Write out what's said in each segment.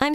I'm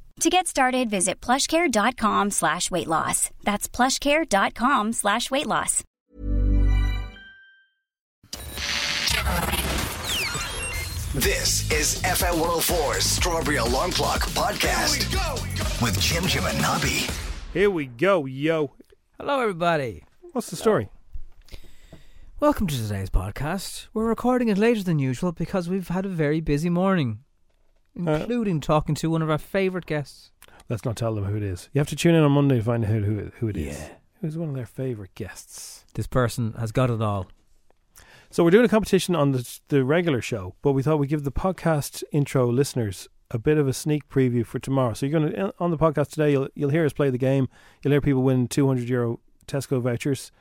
To get started, visit plushcare.com slash weight loss. That's plushcare.com slash weight loss. This is FM 104's Strawberry Alarm Clock Podcast with Jim Jim and Nobby. Here we go, yo. Hello, everybody. What's the story? Welcome to today's podcast. We're recording it later than usual because we've had a very busy morning, Uh, including talking to one of our favourite guests. Let's not tell them who it is. You have to tune in on Monday to find out who, who it is. Who's one of their favourite guests. This person has got it all. So we're doing a competition on the, the regular show, but we thought we'd give the podcast intro listeners a bit of a sneak preview for tomorrow. So you're going to, on the podcast today, you'll, you'll hear us play the game. You'll hear people win 200 euro Tesco vouchers.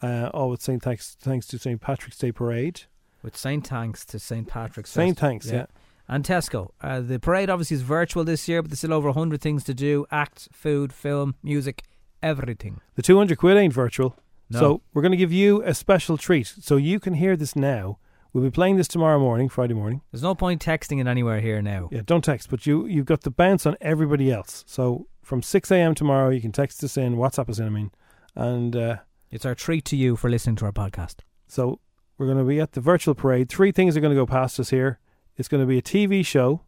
Uh, all with St. Thanks, thanks to St. Patrick's Day Parade. With St. Thanks to St. Patrick's St. Fest. Thanks, yeah. And Tesco. Uh, the parade obviously is virtual this year, but there's still over 100 things to do acts, food, film, music, everything. The 200 quid ain't virtual. No. So we're going to give you a special treat. So you can hear this now. We'll be playing this tomorrow morning, Friday morning. There's no point texting it anywhere here now. Yeah, don't text, but you you've got the bounce on everybody else. So from six a.m. tomorrow, you can text us in, WhatsApp us in. I mean, and uh, It's our treat to you for listening to our podcast. so we're going to be at the virtual parade. Three things are going to go past us here. It's going to be a TV show,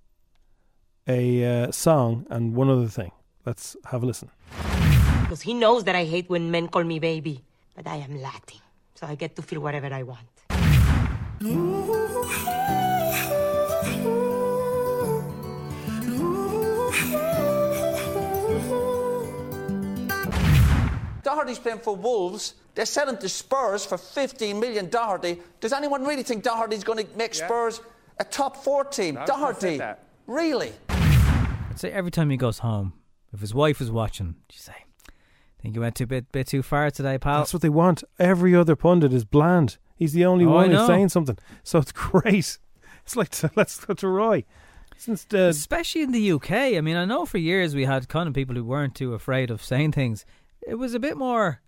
a uh, song, and one other thing. Let's have a listen. Because he knows that I hate when men call me baby. But I am Latin, so I get to feel whatever I want. Doherty's playing for Wolves. They sell him to Spurs for 15 million. Doherty. Does anyone really think Doherty's going to make Spurs a top four team? Doherty. Really? I'd say every time he goes home, if his wife is watching, she'd say, "Think you went too bit bit too far today, pal." That's what they want. Every other pundit is bland. He's the only Oh, I one who's know. saying something. So it's great. It's like to, let's go to Roy. Since the Especially in the UK. I mean, I know for years we had kind of people who weren't too afraid of saying things. It was a bit more,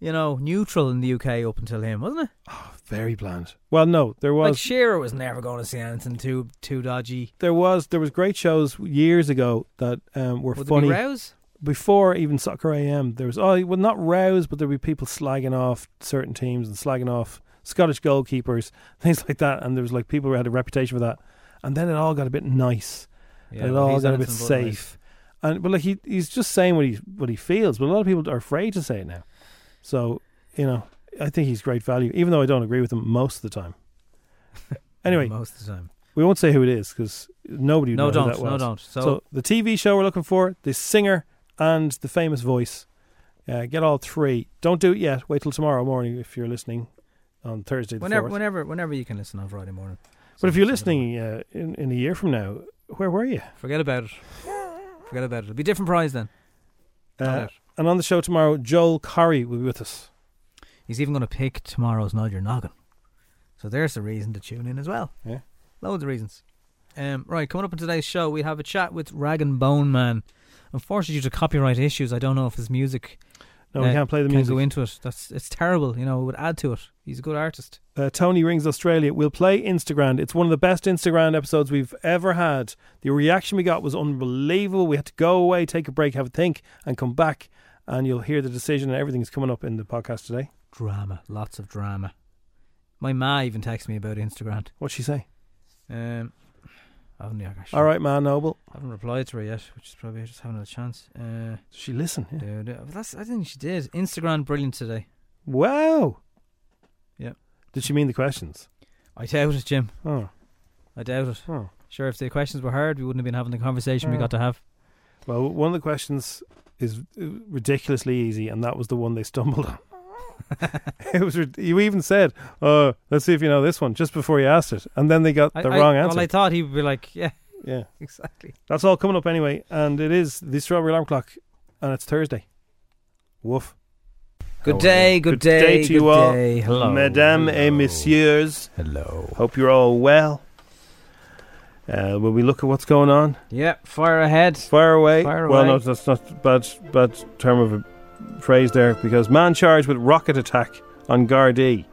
you know, neutral in the UK up until him, wasn't it? Ah, very bland. Well, no, there was like Shearer was never going to say anything too too dodgy. there was there was great shows years ago that um, were Would there funny. be rows? Before even soccer AM, there was oh well not rows, but there'd be people slagging off certain teams and slagging off Scottish goalkeepers, things like that. And there was like people who had a reputation for that. And then it all got a bit nice. and it but all he's got a bit anything but nice. safe. And but like he he's just saying what he what he feels. But a lot of people are afraid to say it now. So you know, I think he's great value, even though I don't agree with him most of the time. Anyway, most of the time. we won't say who it is because nobody would No, know who don't, that no, was. don't. So- the TV show we're looking for, the singer, and the famous voice. Uh, get all three. Don't do it yet. Wait till tomorrow morning if you're listening on Thursday. The Whenever, 4th. whenever, whenever you can listen on Friday morning. but if you're listening uh, in, in a year from now, where were you? Forget about it. Forget about it. It'll be a different prize then. Not Uh, it. and on the show tomorrow, Joel Corry will be with us. He's even going to pick tomorrow's Nod Your Noggin. So there's a reason to tune in as well. Yeah. Loads of reasons. Um, right, coming up in today's show, we have a chat with Rag and Bone Man. Unfortunately, due to copyright issues, I don't know if his music. No, we uh, can't play the can music. go into it. That's it's terrible. You know, it would add to it. He's a good artist. uh, Tony Rings Australia will play Instagram. It's one of the best Instagram episodes we've ever had. The reaction we got was unbelievable. We had to go away, take a break, have a think, and come back. And you'll hear the decision and everything's coming up in the podcast today. Drama, lots of drama. My ma even texted me about Instagram. What's she say? Um, I haven't, actually, All right, man, Noble. I haven't replied to her yet, which is probably just having a chance. Uh, She listen. Yeah. Dude, that's, I think she did. Instagram brilliant today. Wow. Yeah. Did she mean the questions? I doubt it, Jim. Oh, I doubt it. oh. Sure, if the questions were hard, we wouldn't have been having the conversation we got to have. Well, one of the questions is uh, ridiculously easy, and that was the one they stumbled on. it was. rid- You even said, "Oh, let's see if you know this one," just before you asked it, and then they got I- the I- wrong answer. Well, I thought he would be like, yeah, yeah, exactly. that's all coming up anyway, and it is the strawberry alarm clock, and it's Thursday. Woof. Good How are day, you? Good good, day to you good all. day. Hello. Mesdames et messieurs, Hello. hope you're all well. Uh, when we look at what's going on, Yeah, fire ahead. Fire away. Fire Well, away. no, that's not bad. Bad term of a phrase there because man charged with rocket attack on Gardaí.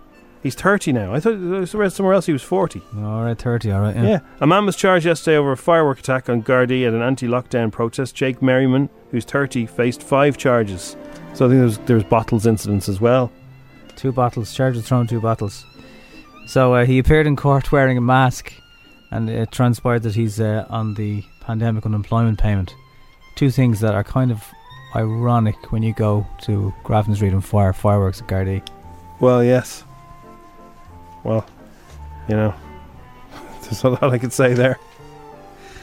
He's thirty now. I thought I read somewhere else he was forty. All right, 30, all right. Yeah. A man was charged yesterday over a firework attack on Gardaí at an anti-lockdown protest. Jake Merriman, who's thirty, faced five charges. So I think there's there's bottles incidents as well. Two bottles, charged with throwing two bottles. So uh, he appeared in court wearing a mask, and it transpired that he's uh, on the pandemic unemployment payment. Two things that are kind of ironic when you go to Grafton Street and fire fireworks at Gardaí. Well, yes. Well, you know, there's a lot I could say there.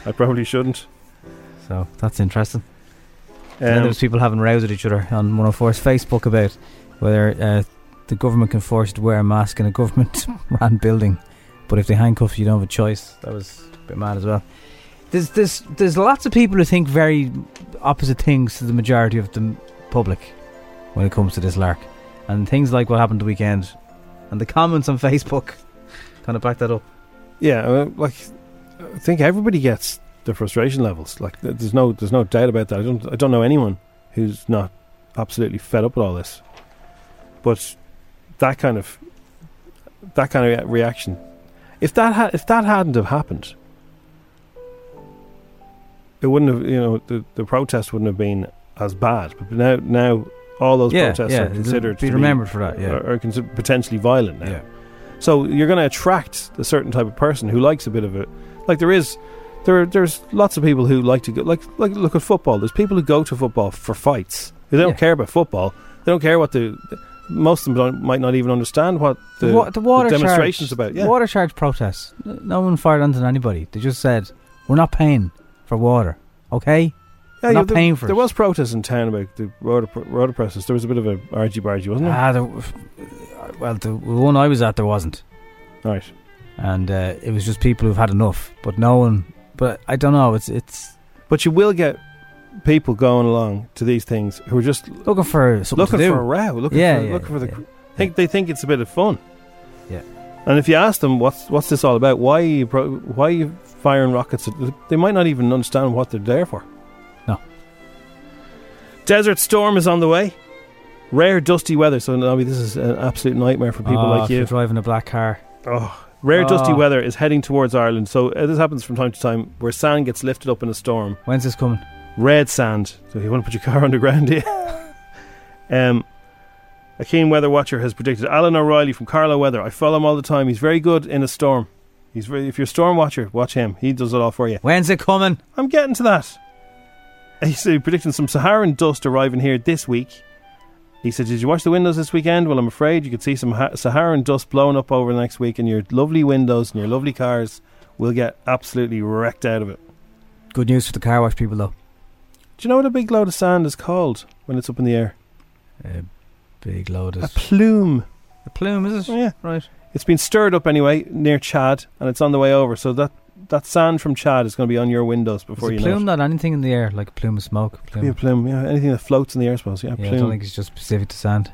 I probably shouldn't. So that's interesting. and then Um, there's people having rows at each other on 104's Facebook about whether uh, the government can force you to wear a mask in a government run building, but if they handcuff you, you don't have a choice. That was a bit mad as well. There's there's there's lots of people who think very opposite things to the majority of the m- public when it comes to this lark, and things like what happened the weekend, and the comments on Facebook kind of back that up. Yeah, uh, like I think everybody gets the frustration levels. Like th- there's no there's no doubt about that. I don't I don't know anyone who's not absolutely fed up with all this. But that kind of that kind of rea- reaction, if that ha- if that hadn't have happened, it wouldn't have you know the the protest wouldn't have been as bad. But now now all those protests are it'll considered be to remembered for that. Be, Yeah, are, are consider- potentially violent now. yeah. So you're going to attract a certain type of person who likes a bit of it. Like there is, there there's lots of people who like to go. Like like look at football. There's people who go to football for fights. They don't Yeah. care about football. They don't care what the most of them don't, might not even understand what the, wa- water the demonstrations charge, about. Yeah. Water charge protests. N- No one fired onto anybody. They just said we're not paying for water. Okay, Yeah, not yeah, there, paying for there it. was protests in town about the road op- road oppressors. There was a bit of a argy bargy, wasn't there? Ah, there, Uh, well, the one I was at there wasn't, right. and uh, it was just people who've had enough. But no one. But I don't know. It's it's But you will get people going along to these things who are just looking for something looking to do. for a row, looking Yeah, for yeah, looking for the. yeah. Think they think it's a bit of fun. Yeah. And if you ask them what's what's this all about, why are you pro- why are you firing rockets? At, they might not even understand what they're there for. No. Desert storm is on the way. Rare dusty weather. So Nobby, this is an absolute nightmare for people Ah, like if you're you. driving a black car. Oh, rare dusty Ah. weather is heading towards Ireland. So uh, this happens from time to time, where sand gets lifted up in a storm When's this coming? red sand. So you want to put your car underground here. um, a keen weather watcher has predicted Alan O'Reilly from Carlo Weather. I follow him all the time. He's very good in a storm. He's very, if you're a storm watcher, watch him. He does it all for you. When's it coming? I'm getting to that. He's uh, predicting some Saharan dust arriving here this week. He said, "Did you watch the windows this weekend?" Well, I'm afraid you could see some ha- Saharan dust blowing up over the next week, and your lovely windows and your lovely cars will get absolutely wrecked out of it. Good news for the car wash people though. Do you know what a big load of sand is called when it's up in the air? A uh, big load A of plume. a plume, is it? Oh, yeah. Right. It's been stirred up anyway near Chad, and it's on the way over. So that that sand from Chad is going to be on your windows Is before a you know. plume it. not anything in the air like a plume of smoke? Plume. Be a plume. Yeah, anything that floats in the air, I suppose. Yeah, Yeah, I plume. don't think it's just specific to sand.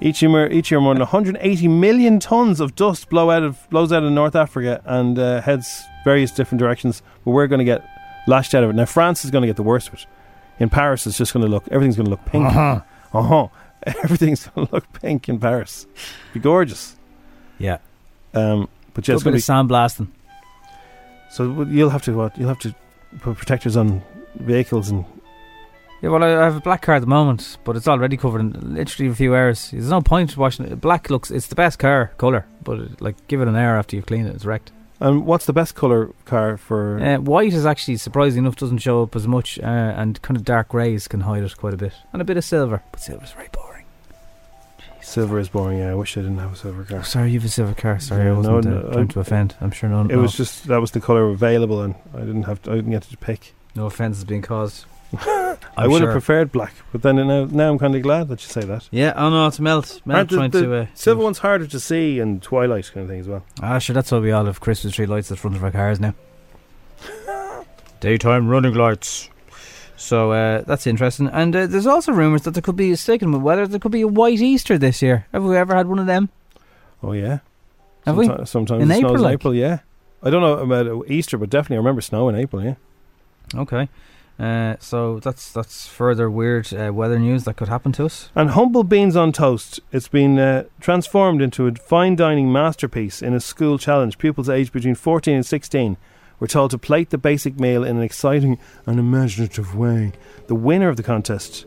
each year, each year, more than 180 million tons of dust blow out of blows out of North Africa and uh, heads various different directions. But we're going to get lashed out of it. Now France is going to get the worst of it. In Paris, it's just going to look everything's going to look pink. Uh huh. Everything's going to look pink in Paris. Be gorgeous. Yeah. Um, but yeah, it's Just bit going to of be sand blasting. So w- you'll have to what? You'll have to put protectors on vehicles and Yeah, well, I I have a black car at the moment, but it's already covered in literally a few hours. There's no point washing it. Black looks, it's the best car colour, but it, like give it an hour after you've cleaned it, it's wrecked. and what's the best color car for? Uh, white is actually, surprising enough, doesn't show up as much, uh, and kind of dark greys can hide it quite a bit. And a bit of silver, but silver's very boring. Jeez. Silver is boring. Yeah, I wish I didn't have a silver car. Oh, Sorry, you've a silver car. Sorry, Yeah, I wasn't no, uh, no, trying I- to offend. I'm sure no, It no, was just that was the color available, and I didn't have to, I didn't get to pick. no offense is being caused. i would have preferred black, but then now, now I'm kind of glad that you say that. Yeah, oh no, it's Melt. Melt Aren't the- trying the to. Uh, Silver one's harder to see, and twilight kind of thing as well. Ah, sure, that's why we all have Christmas tree lights at the front of our cars now. Daytime running lights. So uh, that's interesting. And uh, there's also rumours that there could be, sticking with weather, there could be a white Easter this year. Have we ever had one of them? Oh yeah, Have we? Someti- Sometimes In it April, snows like? in April. Yeah, I don't know about Easter, but definitely I remember snow in April. Yeah, Okay. Uh, so that's that's further weird uh, weather news that could happen to us. and humble beans on toast. It's been uh, transformed into a fine dining masterpiece in a school challenge. Pupils aged between 14 and 16 were told to plate the basic meal in an exciting and imaginative way. The winner of the contest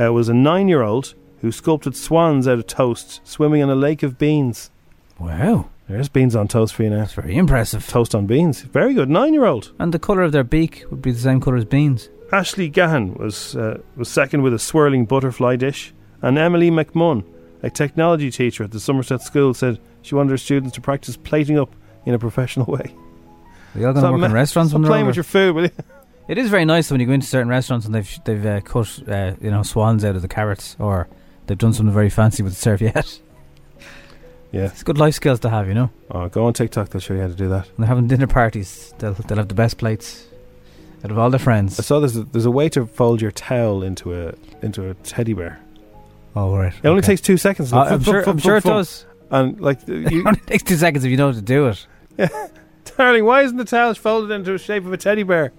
uh, was a nine-year-old who sculpted swans out of toast swimming in a lake of beans. Wow, There's beans on toast for you now. that's very impressive. Toast on beans. Very good. Nine year old. And the colour of their beak would be the same colour as beans. Ashley Gahan was, uh, was second with a swirling butterfly dish. And Emily McMunn, a technology teacher at the Somerset School, said she wanted her students to practice plating up in a professional way. They all going to Stop work ma- in restaurants Stop when they're playing older. with your food, will you? It is very nice when you go into certain restaurants and they've they've uh, cut uh, you know swans out of the carrots or they've done something very fancy with the serviette. Yeah. It's good life skills to have, you know. Oh, go on TikTok, they'll show you how to do that. When they're having dinner parties, they'll they'll have the best plates out of all their I friends. saw there's a, there's a way to fold your towel into a into a teddy bear. Oh right, It only okay. takes two seconds. Uh, I'm sure. I'm sure it does. And like, It you, only takes two seconds if you know how to do it. darling, why isn't the towel folded into the shape of a teddy bear?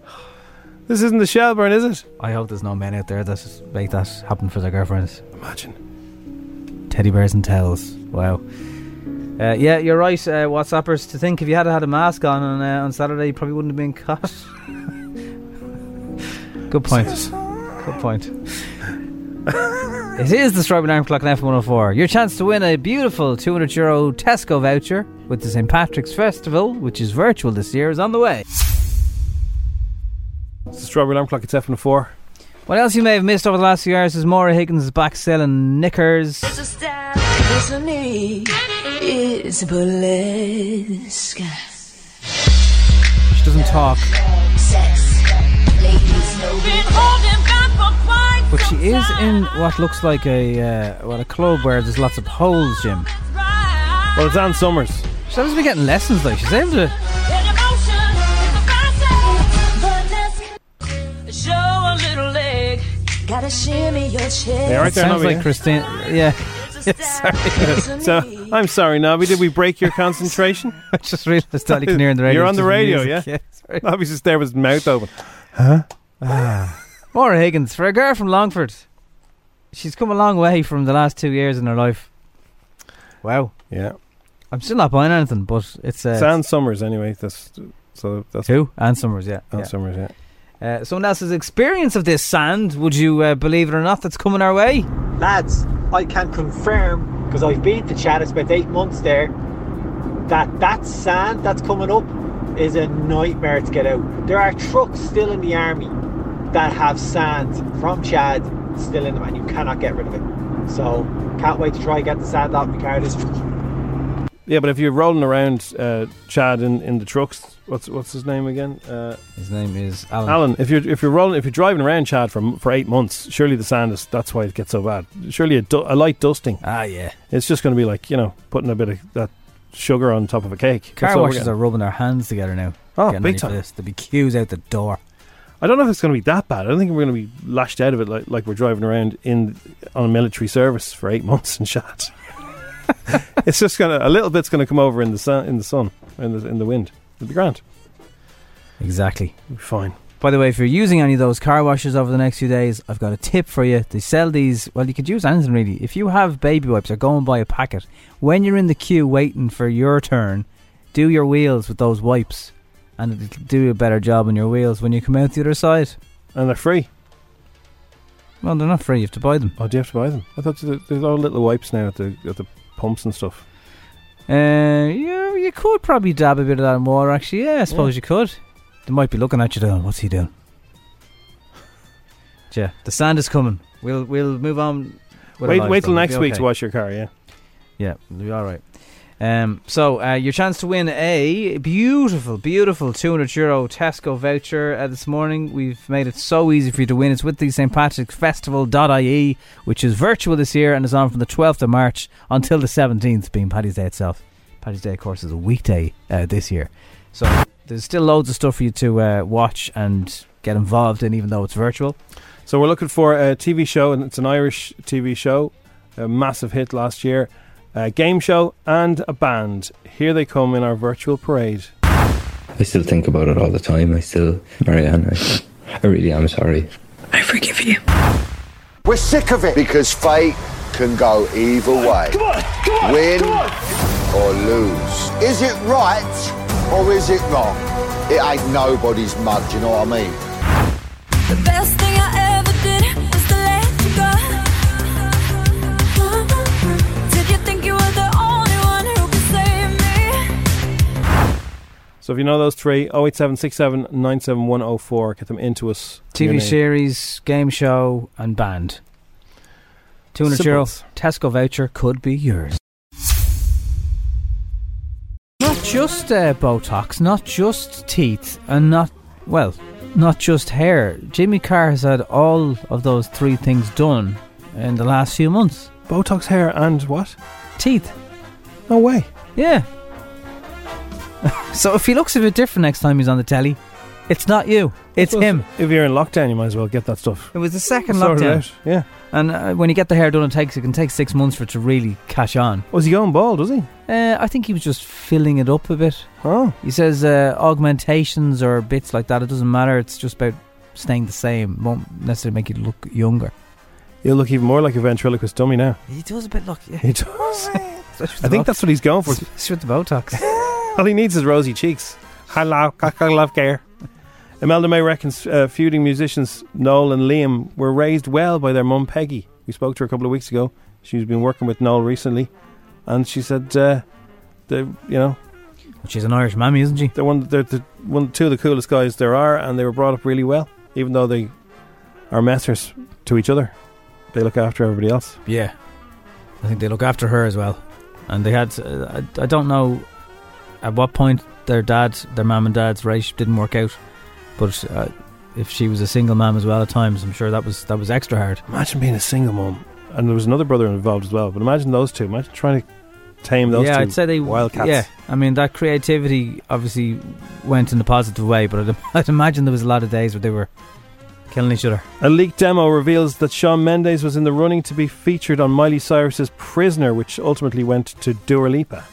This isn't the Shelburne, is it? I hope there's no men out there that make that happen for their girlfriends. Imagine. Teddy bears and towels. Wow. Uh, yeah, you're right, uh, WhatsAppers. To think if you had had a mask on on, uh, on Saturday, you probably wouldn't have been caught. Good point. Good point. it is the Strawberry Alarm Clock on F104. Your chance to win a beautiful 200 euro Tesco voucher with the St. Patrick's Festival, which is virtual this year, is on the way. It's the Strawberry Alarm Clock at 7 to 4. What else you may have missed over the last few hours is Maura Higgins is back selling knickers. It's burlesque. She doesn't talk, but she is in what looks like a uh, well a club where there's lots of holes, Jim. Well, it's Ann Summers. She doesn't be getting lessons though. She's able to. Show a little leg. Gotta shimmy your chest. Yeah, right it there, sounds Nobby. like Christine. Yeah, So, I'm sorry, Nobby. Did we break your concentration? I just realised that you can hear in the radio. You're on the Just radio, music. yeah? sorry. Nobby's just there with his mouth open. Ah. Maura Higgins for a girl from Longford. She's come a long way from the last two years in her life. Wow, Yeah. I'm still not buying anything, but it's uh, It's Ann Summers, anyway. That's So that's who Anne Summers, yeah. Ann yeah. Summers, yeah. Uh, someone else's experience of this sand, would you uh, believe it or not, that's coming our way? lads, I can confirm because I've been to Chad, I spent eight months there. That that sand that's coming up is a nightmare to get out. There are trucks still in the army that have sand from Chad still in them, and you cannot get rid of it. So can't wait to try and get the sand off my car this Yeah, but if you're rolling around uh, Chad in, in the trucks, what's what's his name again? Uh, His name is Alan. Alan. If you're if you're rolling if you're driving around Chad for for eight months, surely the sand is that's why it gets so bad. Surely a, du- a light dusting, Ah, yeah. it's just going to be like you know putting a bit of that sugar on top of a cake. That's Car what we're washes getting. are rubbing their hands together now. Oh, big Getting ready for time. this. There'll be queues out the door. I don't know if it's going to be that bad. I don't think we're going to be lashed out of it like, like we're driving around in on a military service for eight months and shot. it's just going to a little bit's going to come over in the sun, in the sun, in the in the wind. It'll be grand. Exactly. It'll be fine. By the way, if you're using any of those car washes over the next few days, I've got a tip for you. They sell these. Well, you could use anything really. If you have baby wipes, or go and buy a packet. When you're in the queue waiting for your turn, do your wheels with those wipes, and it'll do a better job on your wheels when you come out the other side. And they're free. Well, they're not free. You have to buy them. Oh, do you have to buy them? I thought they- there's all little wipes now at the at the pumps and stuff. Uh, you, you could probably dab a bit of that in water, actually. Yeah, I suppose you could. They might be looking at you doing, what's he doing? Yeah, the sand is coming. We'll we'll move on. with a Wait, live wait till dog, next it'll be week to okay. wash your car. Yeah. Yeah, it'll be all right. Um, so uh, your chance to win a beautiful, beautiful 200 euro Tesco voucher uh, this morning. We've made it so easy for you to win. It's with the St Patrick's Festival.ie, E, which is virtual this year and is on from the 12th of March until the 17th, being Paddy's Day itself. Paddy's Day, of course, is a weekday uh, this year, so there's still loads of stuff for you to uh, watch and get involved in, even though it's virtual. So we're looking for a TV show, and it's an Irish TV show, a massive hit last year, a game show, and a band. Here they come in our virtual parade. I still think about it all the time. I still, Marianne, I, I really am sorry. I forgive you. We're sick of it because fate can go either way. Come on, come on, win or lose. Is it right or is it wrong? It ain't nobody's mud. Do you know what I mean? The best thing I ever did was to let you go. Did you think you were the only one who could save me? So if you know those three, 08767 97104, get them into us. TV series, game show, and band. 200 euro Tesco voucher could be yours. Not just uh, Botox, not just teeth, and not, well, not just hair. Jimmy Carr has had all of those three things done in the last few months Botox, hair, and what? Teeth. No way. Yeah. so if he looks a bit different next time he's on the telly, it's not you, it's Well, him. If you're in lockdown, you might as well get that stuff. It was the second sorted lockdown. out, Yeah. And uh, when you get the hair done, it takes it can take six months for it to really catch on. Was Oh, he going bald? Was he? Uh, I think he was just filling it up a bit. Oh. He says uh, augmentations or bits like that. It doesn't matter. It's just about staying the same. Won't necessarily make you look younger. You'll look even more like a ventriloquist dummy now. He does a bit look. Yeah. He does. I think that's what he's going for. It's with the Botox. All he needs is rosy cheeks. Hello, I love care. Imelda May reckons uh, feuding musicians Noel and Liam were raised well by their mum Peggy. We spoke to her a couple of weeks ago. She's been working with Noel recently, and she said, uh, "They, you know, she's an Irish mammy, isn't she? They're one, they're the, one, two of the coolest guys there are, and they were brought up really well, even though they are messers to each other. They look after everybody else." Yeah, I think they look after her as well. And they had, uh, I, I don't know at what point their dad, their mum and dad's relationship didn't work out, but uh, if she was a single mum as well at times, I'm sure that was that was extra hard. Imagine being a single mum, and there was another brother involved as well. But imagine those two. Imagine trying to tame those yeah, two. I'd say they wildcats. Yeah, I mean that creativity obviously went in a positive way, but I'd, I'd imagine there was a lot of days where they were killing each other. A leaked demo reveals that Sean Mendes was in the running to be featured on Miley Cyrus's Prisoner, which ultimately went to Dua Lipa.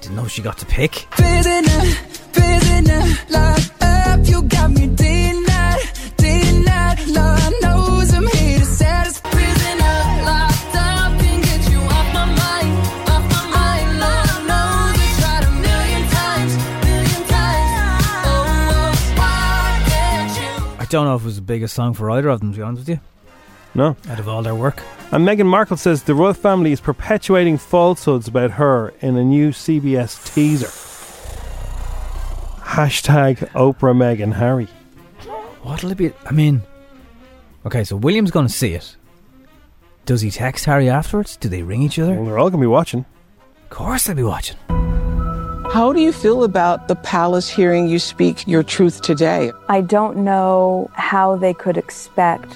Didn't know she got to pick. Prisoner, prisoner, lock up. You got me denied, denied. Lord knows I'm here to satisfy. Prisoner, locked up, can't get you off my mind, off my mind. Lord knows I tried a million times, million times. Oh, oh, why can't you? I don't know if it was the biggest song for either of them. To be honest with you, No. out of all their work. And Meghan Markle says the royal family is perpetuating falsehoods about her in a new CBS teaser. Hashtag Oprah Meghan Harry. What'll it be? I mean, okay, so William's going to see it. Does he text Harry afterwards? Do they ring each other? Well, they're all going to be watching. Of course, they'll be watching. How do you feel about the palace hearing you speak your truth today? I don't know how they could expect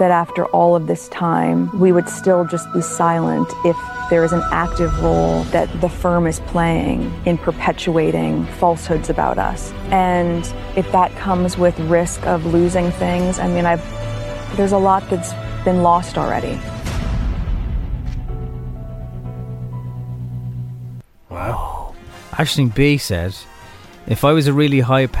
that after all of this time, we would still just be silent if there is an active role that the firm is playing in perpetuating falsehoods about us. And if that comes with risk of losing things, I mean, I've, there's a lot that's been lost already. Wow. Ashton B said, if I was a really high. Pa-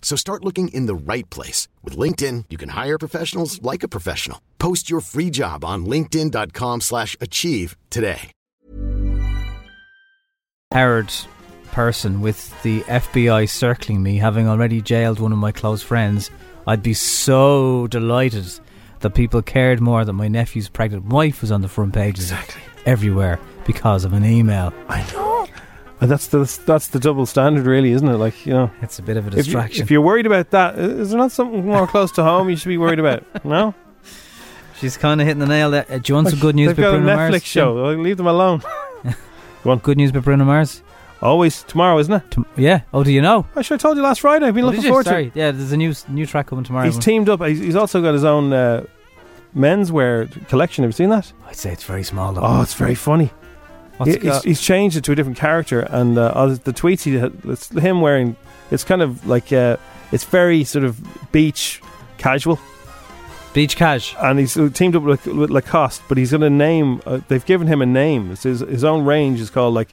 So start looking in the right place. With LinkedIn, you can hire professionals like a professional. Post your free job on linkedin.com/achieve slash achieve today. Howard person with the FBI circling me, having already jailed one of my close friends, I'd be so delighted that people cared more that my nephew's pregnant wife was on the front pages exactly. everywhere because of an email. I know. And that's the that's the double standard, really, isn't it? Like you know, it's a bit of a If you- distraction. If, you, are worried about that, i- is there not something more close to home you should be worried about? No. She's kind of hitting the nail. There. Uh, do you want some good news? They've about got a Bruno Netflix Mars? show. Like, Leave them alone. Go on. Good news about Bruno Mars. Always tomorrow, isn't it? yeah. Oh, do you know? I should have told you last Friday. I've been Oh, looking did you? forward to Sorry. it. Yeah, there's a new s- new track coming tomorrow. He's teamed up. He's, he's also got his own uh, menswear collection. Have you seen that? I'd say it's very small. Though. Oh, it's very funny. What's He- it he's, got? he's changed it to a different character, and uh, all the tweets he had, it's him wearing. It's kind of like uh, it's very sort of beach casual. Beach cash, and he's uh, teamed up with, with Lacoste, but he's got a name. Uh, they've given him a name. It's his, his own range is called like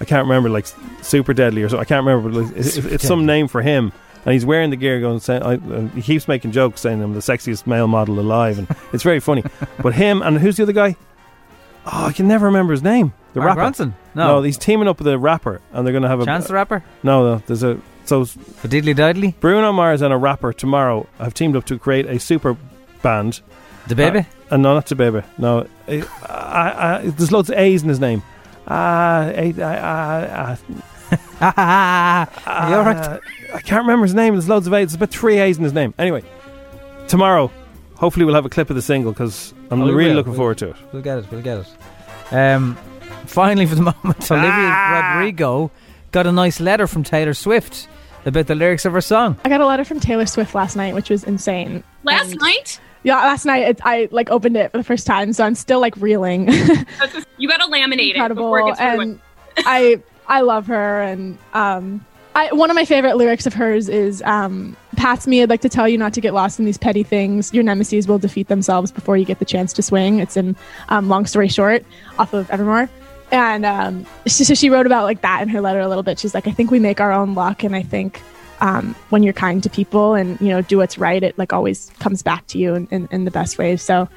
I can't remember, like super deadly or so. I can't remember, but like, it's, it's, Super it's some name for him. And he's wearing the gear, going. Saying, I, and he keeps making jokes, saying I'm the sexiest male model alive, and it's very funny. But him and who's the other guy? Oh, I can never remember his name. The Mark rapper. Ronson? No. he's teaming up with a rapper, and they're going to have a Chance the Rapper? No, no. There's a so for diddly diddly. Bruno Mars and a rapper tomorrow have teamed up to create a super band. The baby? Uh, uh, no, not the baby. No, I, I, I, there's loads of A's in his name. Ah, A- ah, ah, ah. Ah, I can't remember his name. There's loads of A's. There's about three A's in his name. Anyway, tomorrow, hopefully we'll have a clip of the single because I'm Oh, we really will. looking We'll- forward to it. We'll get it. We'll get it. Um, finally, for the moment, Ah! Olivia Rodrigo got a nice letter from Taylor Swift about the lyrics of her song. I got a letter from Taylor Swift last night, which was insane. Last night, Yeah, last night it, I like opened it for the first time, so I'm still like reeling. you got to laminate it. Incredible, before it gets ruined. and I I love her, and um, I one of my favorite lyrics of hers is um, "Pass me, I'd like to tell you not to get lost in these petty things. Your nemesis will defeat themselves before you get the chance to swing." It's in um, "Long Story Short" off of Evermore. And um, she, so she wrote about like that in her letter a little bit. She's like, I think we make our own luck, and I think um, when you're kind to people and you know do what's right it like always comes back to you in, in, in the best way so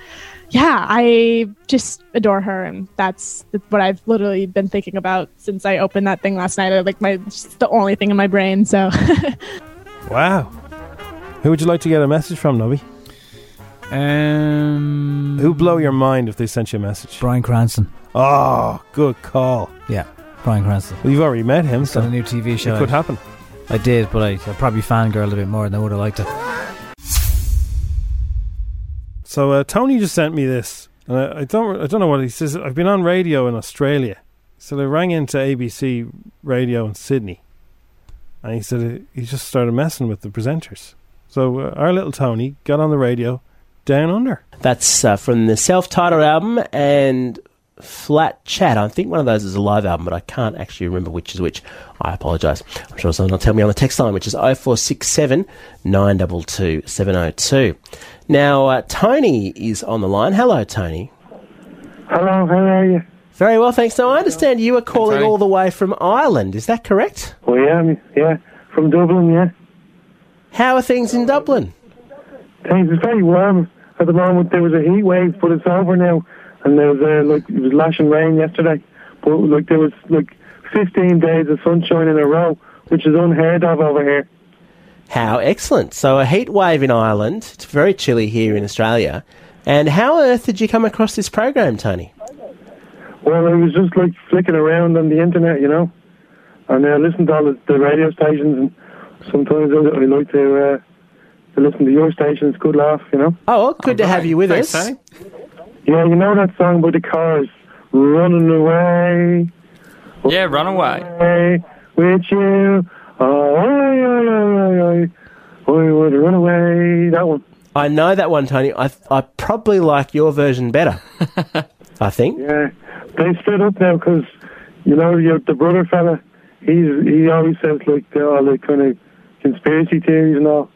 yeah i just adore her and that's what i've literally been thinking about since i opened that thing last night I, like my just the only thing in my brain so Wow. Who would you like to get a message from, Nobby? Um, Who blow your mind if they sent you a message? Brian Cranston. Oh, good call. Yeah, Brian Cranston. Well, you've already met him. He's so got a new TV show. It could happen. I did, but I, I probably fangirled a bit more than I would have liked it. So uh, Tony just sent me this, and I, I don't I don't know what he says. I've been on radio in Australia, so they rang into ABC Radio in Sydney, and he said uh, he just started messing with the presenters. So uh, our little Tony got on the radio down under. That's uh, from the self-titled album and Flat Chat. I think one of those is a live album, but I can't actually remember which is which. I apologise. I'm sure someone will tell me on the text line, which is 0467 922 702. Now, uh, Tony is on the line. Hello, Tony. Hello, how are you? Very well, thanks. Now, I understand you are calling all the way from Ireland. Is that correct? We am, yeah, from Dublin, yeah. How are things in Dublin? Things is very warm at the moment. There was a heat wave, but it's over now. And there was uh, like it was lashing rain yesterday, but like there was like 15 days of sunshine in a row, which is unheard of over here. How excellent. So, a heat wave in Ireland. It's very chilly here in Australia. And how on earth did you come across this program, Tony? Well, I was just like flicking around on the internet, you know, and I uh, listened to all the, the radio stations. And sometimes I, I like to, uh, to listen to your station. It's good laugh, you know. Oh, well, good to have you with us. Yeah, you know that song by the Cars, "Running Away." Yeah, Runaway. away with you. Oh, oi, oi, oi, oi, oi. I would run away. That one. I know that one, Tony. I, I probably like your version better. I think. Yeah. they split up now because you know your, the brother fella. He's he always says like they're all like kind of conspiracy theories and all.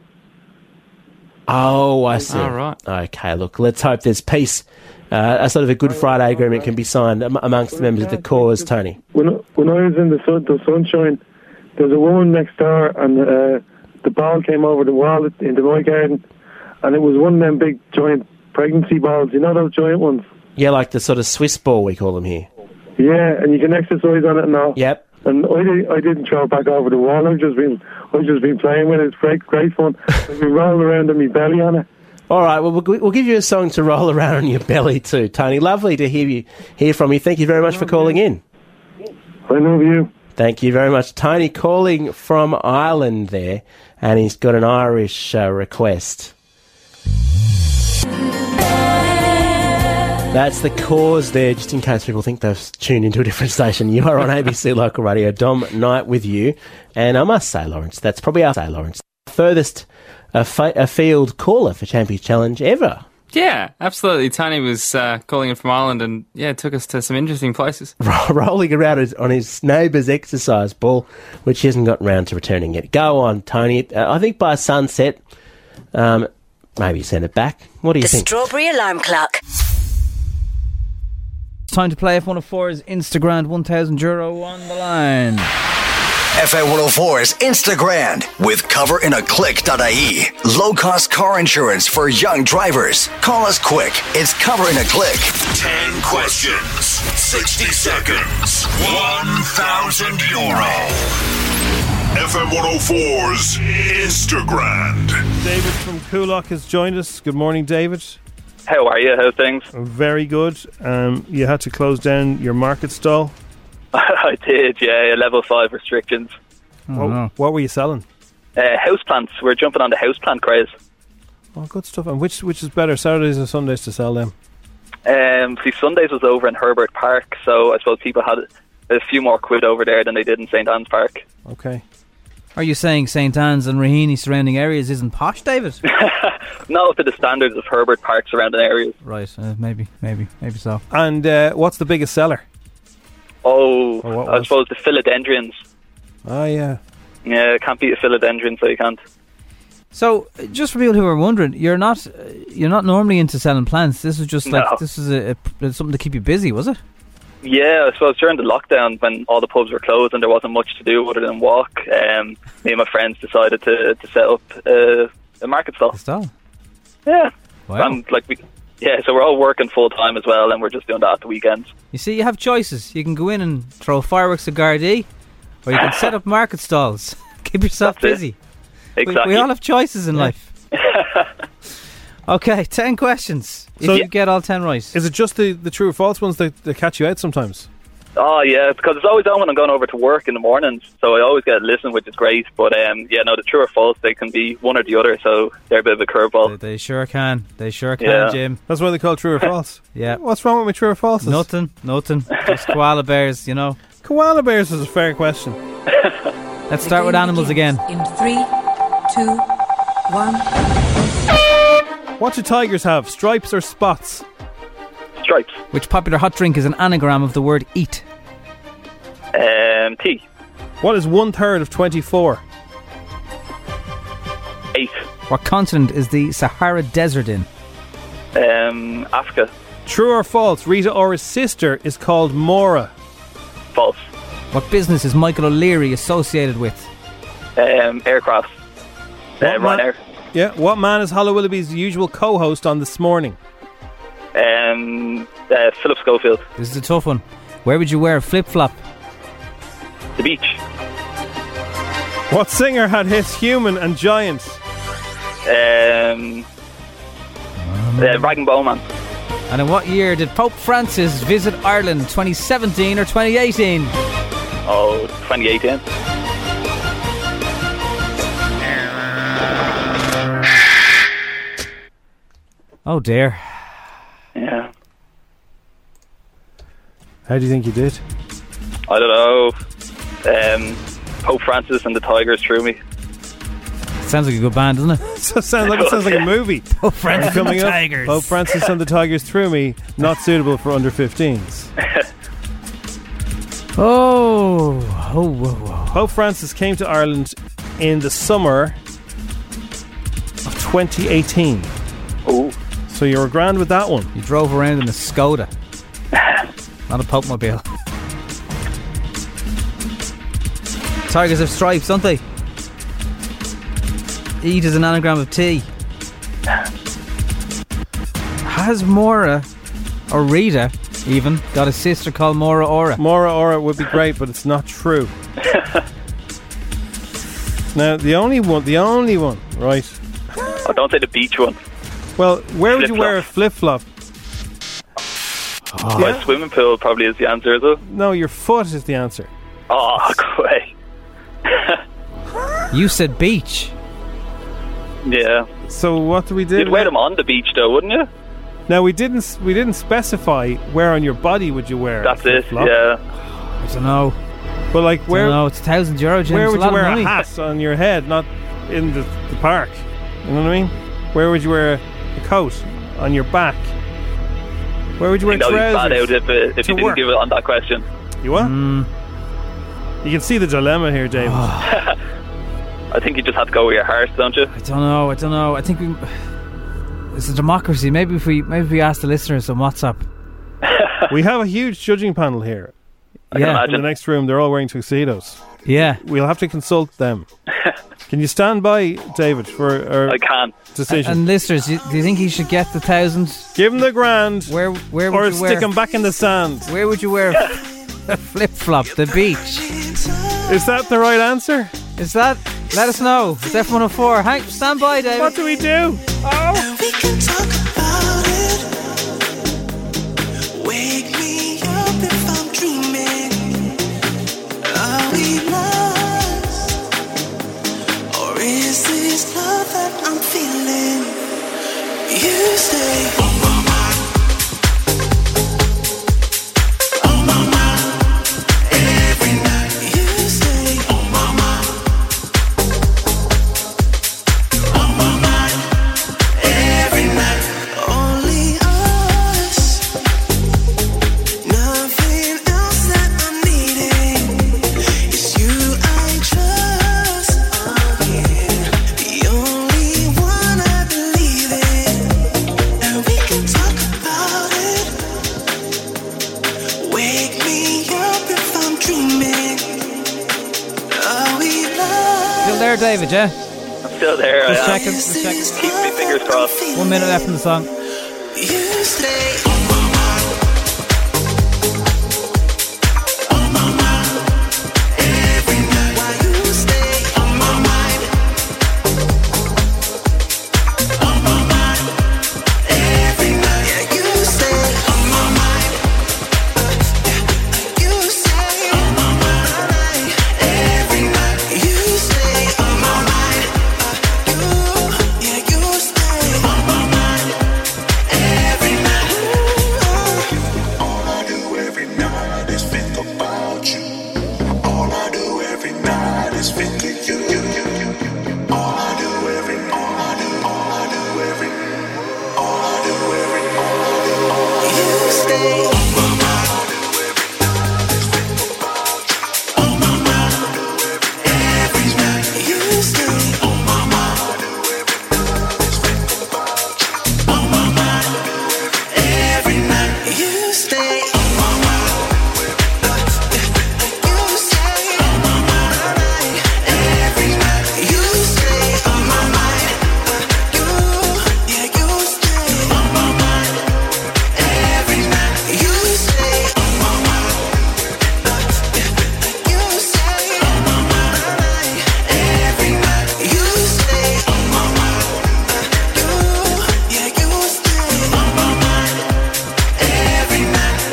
Oh, I see. All right. Okay, look, let's hope there's peace. Uh, a sort of a Good Friday agreement can be signed am- amongst the members of the cause, Tony. When when I was in the sun, the sunshine, there's a woman next door, and uh, the ball came over the wall into my garden, and it was one of them big giant pregnancy balls. You know those giant ones. Yeah, like the sort of Swiss ball we call them here. Yeah, and you can exercise on it and all. Yep. And I, did, I didn't throw it back over the wall. I've just been I've just been playing with it. It's great, great fun. I've been rolling around on my belly on it. All right, well, we'll we'll give you a song to roll around on your belly too, Tony. Lovely to hear you hear from you. Thank you very much for calling in. I love you. Thank you very much, Tony. Calling from Ireland there, and he's got an Irish uh, request. That's the cause there, just in case people think they've tuned into a different station. You are on ABC Local Radio. Dom Knight with you. And I must say, Lawrence, that's probably our say, Lawrence, furthest uh, a fi- afield caller for Champions Challenge ever. Yeah, absolutely. Tony was uh, calling in from Ireland and, yeah, took us to some interesting places. Rolling around his- on his neighbour's exercise ball, which he hasn't got round to returning yet. Go on, Tony. Uh, I think by sunset, um, maybe send it back. What do you The think? Strawberry Alarm Clock. It's time to play F104's Instagram 1000 euro on the line. FA 104's Instagram with coverinaclick.ie. Low cost car insurance for young drivers. Call us quick. It's Cover in a Click. 10 questions, 60 seconds, 1,000 euro. FM 104's Instagram. David from Coolock has joined us. Good morning, David. How are you? How's things? Very good. Um, you had to close down your market stall. I did, yeah. Level five restrictions. what, Oh, what were you selling? Uh, houseplants. We're jumping on the houseplant craze. Oh, good stuff. And which which is better, Saturdays or Sundays to sell them? Um, see, Sundays was over in Herbert Park, so I suppose people had a few more quid over there than they did in St Anne's Park. Okay. Are you saying St. Anne's and Rahini surrounding areas isn't posh, David? Not up to the standards of Herbert Park surrounding areas. right, uh, maybe, maybe, maybe so. And uh, what's the biggest seller? Oh, Or what I was- suppose the philodendrons. Oh, yeah. Yeah, can't beat a philodendron, so you can't. So, uh, just for people who are wondering, you're not uh, you're not normally into selling plants. This was just like No. this was a, a- something to keep you busy, was it? Yeah, I suppose during the lockdown when all the pubs were closed and there wasn't much to do other than walk, um, me and my friends decided to, to set up uh, a market stall. Yeah. Wow. And, like we, yeah, so we're all working full time as well, and we're just doing that at the weekends. You see, you have choices. You can go in and throw fireworks at Gardaí, or you can set up market stalls. keep yourself That's busy. it. We- Exactly. We, all have choices in life. okay, ten questions. So- if you get all ten right, Is it just the, the true or false ones that, that catch you out sometimes? Oh yeah, because it's always on when I'm going over to work in the mornings, so I always get listened, which is great. But um, yeah, no, the true or false, they can be one or the other, so they're a bit of a curveball. they sure can. They sure can, Yeah. Jim. That's why they call true or false. Yeah. What's wrong with my true or falses? Nothing, nothing. Just koala bears, you know. Koala bears is a fair question. Let's start with animals again. In three, two, one. What do tigers have? Stripes or spots? Stripes. Which popular hot drink is an anagram of the word eat? Um, T What is one third of 24? eight. What continent is the Sahara Desert in? Um, Africa True or false? Rita Ora's sister is called Mora. false. What business is Michael O'Leary associated with? Um, aircraft. Uh, Ryanair. Yeah. What man is Hollow Willoughby's usual co host on This Morning? Um, uh, Philip Schofield. This is a tough one. Where would you wear a flip flop? The beach. What singer had hits Human and Giant? Um, uh, Rag and Bowman. And in what year did Pope Francis visit Ireland, 2017 or 2018? Oh, 2018. Oh dear. Yeah. How do you think you did? I don't know. Um, Pope Francis and the Tigers threw me. Sounds like a good band, doesn't it? So sounds like it sounds like a movie. Pope Francis and the Coming up, Tigers. Pope Francis and the Tigers through me. Not suitable for under 15s. Oh, oh, whoa, whoa. Pope Francis came to Ireland in the summer of 2018. Oh. So you were grand with that one. You drove around in a Skoda. Not a Pope mobile. Tigers have stripes, don't they? Eat is an anagram of tea. Has Mora, or Rita even, got a sister called Mora Ora? Mora Ora would be great, but it's not true. now, the only one, the only one, right? Oh, don't say the beach one. Well, where would you wear a flip flop? Ah. My swimming pool probably is the answer, is it? No, your foot is the answer. Oh, great. You said beach. Yeah. So what do we do? You'd wear them on the beach, though, wouldn't you? Now we didn't s- we didn't specify where on your body would you wear. a That's it, flip-flop. yeah. I don't know. But like where? Dunno, it's a thousand euro. James. Where It's a would lot you of wear a money. hat on your head, not in the, the park? You know what I mean? Where would you wear a coat on your back? Where would you I wear think that would be bad trousers? out if, uh, to if you didn't work? give it on that question. You what? Mm. You can see the dilemma here, David. Ah. I think you just have to go with your heart, don't you? I don't know. I don't know. I think we. It's a democracy. Maybe if we maybe if we ask the listeners on WhatsApp. we have a huge judging panel here. I can Yeah. in imagine. the next room, they're all wearing tuxedos. Yeah, we'll have to consult them. can you stand by, David, for our I can. decision? And listeners, do you, do you think he should get the thousands? Give him the grand. Where where or would you wear? stick him back in the sand. Where would you wear a flip flop? The beach. Is that the right answer? Is that? Let us know. It's F one hundred four. Hank, stand by, David. What do we do? Oh. We can talk about it. Wake me up if I'm dreaming. Are we lost? Or is this love that I'm feeling? You "Oh, stay on my mind. On my mind. Every night. You stay on my mind. On my mind. Every night, only us. Nothing else that I'm needing. It's you I trust. The only one I believe in, and we can talk about it. Wake me up if I'm dreaming. Are we lost? Still there, David? Yeah. I'm still there. Just I am. checking. Just checking. Keep my fingers crossed. One minute left in the song. You stay. You stay on my mind. You stay on my mind. Every night. You stay on my mind. You, yeah, you stay on my mind. Every night. You stay on my mind. You stay on my mind. Every night. You stay on my mind. You, yeah, you stay on my mind. Every night.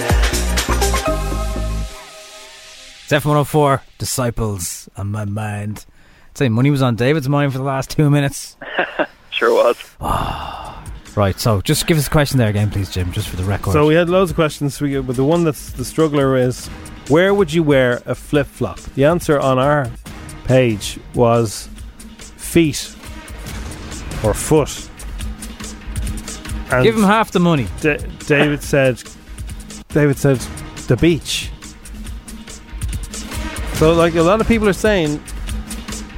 It's F104, Disciples on my mind. I'd say money was on David's mind for the last two minutes. Sure was. Right, so just give us a question there again, please, Jim, just for the record. So we had loads of questions, we, but the one that's the struggler is where would you wear a flip flop? The answer on our page was feet or foot. And Give him half the money. Da- David said, David said, the beach. So, like a lot of people are saying,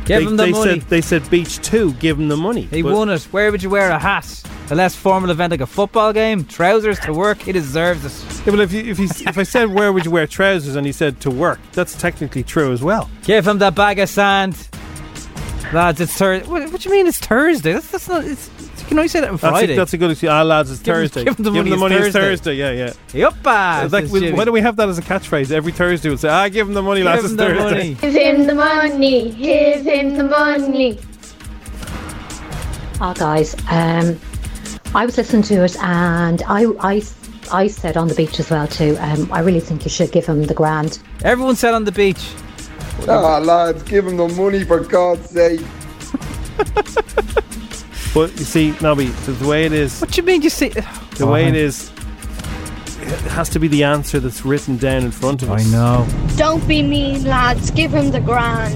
Give they, them the they money. Said, they said Beach Two. Give them the money. He But- won it. Where would you wear a hat? A less formal event like a football game, trousers to work. He deserves it. Yeah, but if you, if, he's, if I said where would you wear trousers and he said to work, that's technically true as well. Give him that bag of sand, lads. It's Thursday. What, what do you mean it's Thursday? That's, that's not. It's, you can only say that on That's a- Friday. that's a good excuse. Ah, lads, it's Give him- Thursday. give him the money, it's it's Thursday. Thursday. Yeah, yeah. Yuppa! It's like, says we- Jimmy. why do we have that as a catchphrase? Every Thursday we'll say, ah, give him the money, Give lads, him it's the Thursday. money. Give him the money. Give him the money. Oh, guys, um, I was listening to it, and I, I, I said on the beach as well too. Um, I really think you should give him the grand. Everyone said on the beach. Ah, lads, give him the money for God's sake. But you see, Nobby, the, the way it is. What do you mean you see? The way it is, it has to be the answer that's written down in front of us. I know. Don't be mean, lads. Give him the grand.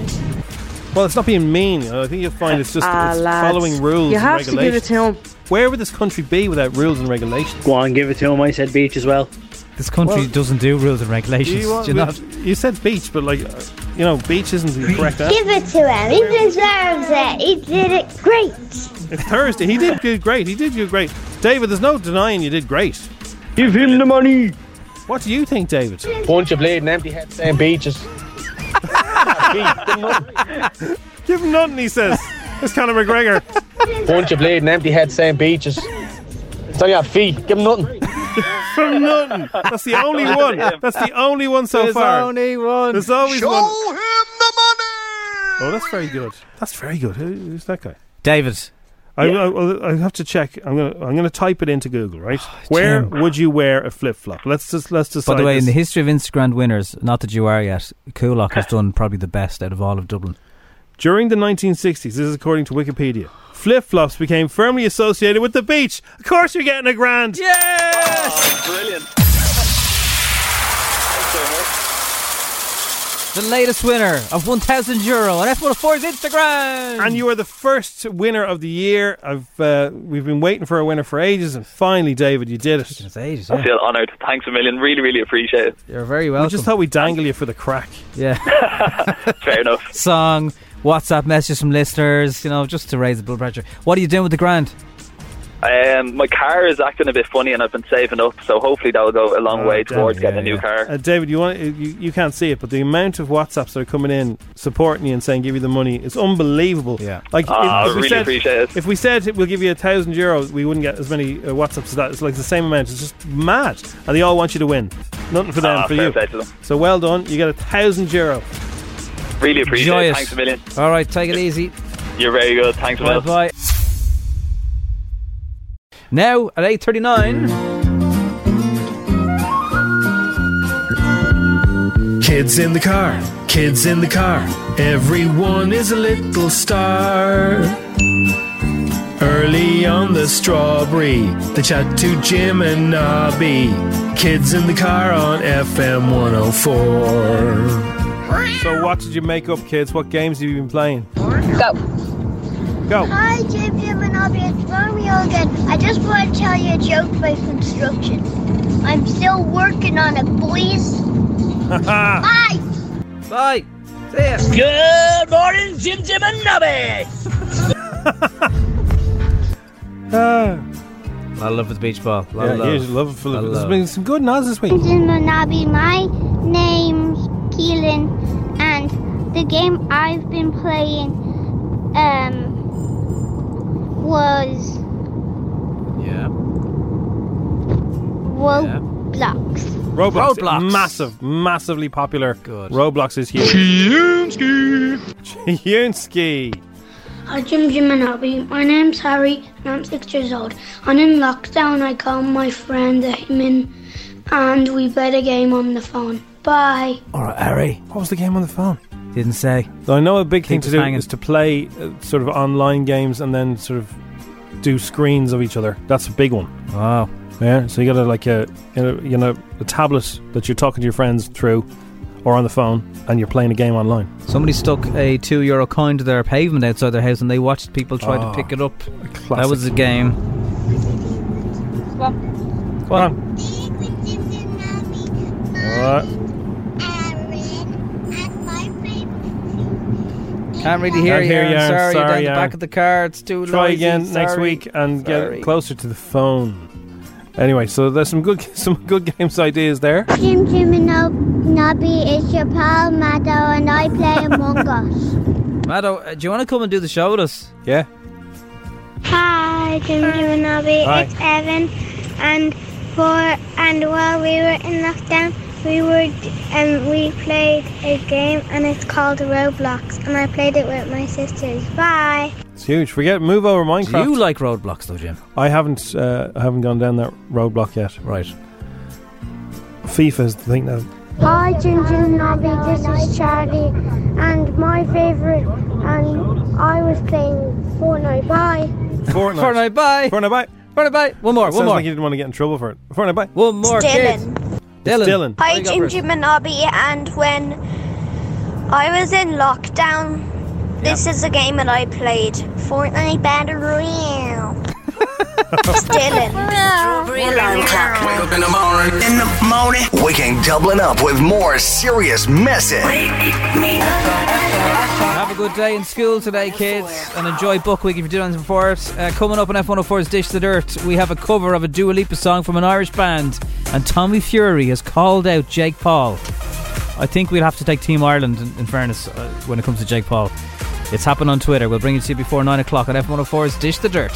Well, it's not being mean. I think you'll find it's just Ah, it's lads, following rules you and have to give it regulations. to him. Where would this country be without rules and regulations? Go on, give it to him. I said beach as well. This country Well- doesn't do rules and regulations. You, do you not? you said beach, but like, uh, you know, beach isn't the correct uh, answer. Give it to him. He deserves it. He did it great. It's Thursday. He did do great. He did do great. David, there's no denying you did great. Give him the money. What do you think, David? Punch a blade and empty head saying beaches. Give him nothing, he says. It's Conor McGregor. Punch a blade and empty head saying beaches. So yeah, feet. Give him nothing. From nothing. That's the only one. That's the only one so There's far. only one. There's always Show one. him the money. Oh, that's very good. That's very good. Who, who's that guy? David. I, Yeah. I, well, I have to check. I'm gonna I'm gonna type it into Google. Right? Where Jim. would you wear a flip flop? Let's just let's decide. Oh, By the way, in this. the history of Instagram winners, not that you are yet, Kulak has done probably the best out of all of Dublin. During the 1960s, this is according to Wikipedia, flip flops became firmly associated with the beach. Of course, you're getting a grand. Yes! Oh, Brilliant. The latest winner of 1,000 euro on F104's Instagram. And you are the first winner of the year. I've uh, we've been waiting for a winner for ages, and finally, David, you did it. It's ages. I feel honoured. Thanks a million. Really, really appreciate it. You're very welcome. We just thought we'd dangle you for the crack. Yeah. Fair enough. Song, WhatsApp messages from listeners, you know, just to raise the blood pressure. What are you doing with the grand? Um, my car is acting a bit funny, and I've been saving up, so hopefully that'll go a long way damn, towards yeah, getting a new yeah. car. Uh, David, you want you, you can't see it, but the amount of WhatsApps that are coming in supporting you and saying give you the money is unbelievable. Yeah, like Ah, we really said, appreciate it. If we said we'll give you a thousand euros, we wouldn't get as many uh, WhatsApps as that. It's like the same amount. It's just mad, and they all want you to win. Nothing for them, Ah, for fair you. play to them. So well done. You get a thousand euro. Really appreciate Joyous. it. Thanks a million. All right, take it easy. You're very good. Thanks a Bye million. bye. Now at eight thirty nine. Kids in the car, kids in the car, everyone is a little star. Early on the strawberry, they chat to Jim and Nobby. Kids in the car on FM 104. So what did you make up, kids? What games have you been playing? Go. Go. Hi, Jim, Jim, and Abby. It's Romeo again. I just want to tell you a joke by construction. I'm still working on it, boys. Bye. Bye. See Good morning, Jim, Jim, and Nubby. Ah. I love with the beach ball. Lot yeah, of love. here's your love for Lot the. of There's love. been some good nods this week. Jim and Nobby. My name's Keelan, and the game I've been playing um, was Yeah. Roblox. Roblox, Roblox. massive, massively popular. Good. Roblox is huge. Chiunsky. Chiunsky. Hi, Jim, Jim, and Abby. My name's Harry, and I'm six years old. And in lockdown, I called my friend Eamon, and we played a game on the phone. Bye. All right, Harry. What was the game on the phone? Didn't say. I know a big thing Keep to us do hanging. is to play uh, sort of online games and then sort of do screens of each other. That's a big one. Wow. Yeah. So you got to like a you know, you know a tablet that you're talking to your friends through, or on the phone, and you're playing a game online. Somebody stuck a two euro coin to their pavement outside their house, and they watched people try Ah, to pick it up. That classic. was a game. Come on. All right. And my Can't really hear Can't you. hear Aaron. you, Aaron. Sorry, you're Sorry, down the Aaron. back of the car. It's too Try noisy. again next Sorry. week and Sorry. get closer to the phone. Anyway, so there's some good some good games ideas there. Jim Jim and Nob- Nobby is your pal Mado and I play Among Us. Maddo, uh, do you want to come and do the show with us? Yeah. Hi, Jim Jim and Nobby, Hi. it's Evan. And for and while we were in lockdown, we were d- um, we played a game and it's called Roblox and I played it with my sisters. Bye. It's huge. Forget move over Minecraft. you like roadblocks though, Jim? I haven't uh, I haven't gone down that roadblock yet. Right. FIFA is the thing now. Hi, Jim Jim Nobby, this is Charlie, and my favourite, and I was playing Fortnite. Bye. Fortnite. Fortnite, bye. Fortnite, bye. Fortnite, bye. One more. Sounds one more. like you didn't want to get in trouble for it. Fortnite, bye. One more. kids. Dylan. Dylan. Hi, Jim Jim and Nobby, and when I was in lockdown, this is a game that I played Fortnite Battle Royale. it's Dylan. Wake up in the morning. In the morning. Waking Dublin up with more serious messing. Have a good day in school today, kids, and enjoy Buckwheat if you do anything for it. Uh, coming up on F104's Dish the Dirt, we have a cover of a Dua Lipa song from an Irish band, and Tommy Fury has called out Jake Paul. I think we'll have to take Team Ireland, in, in fairness, uh, when it comes to Jake Paul. It's happened on Twitter. We'll bring it to you before 9 o'clock on F104's Dish the Dirt.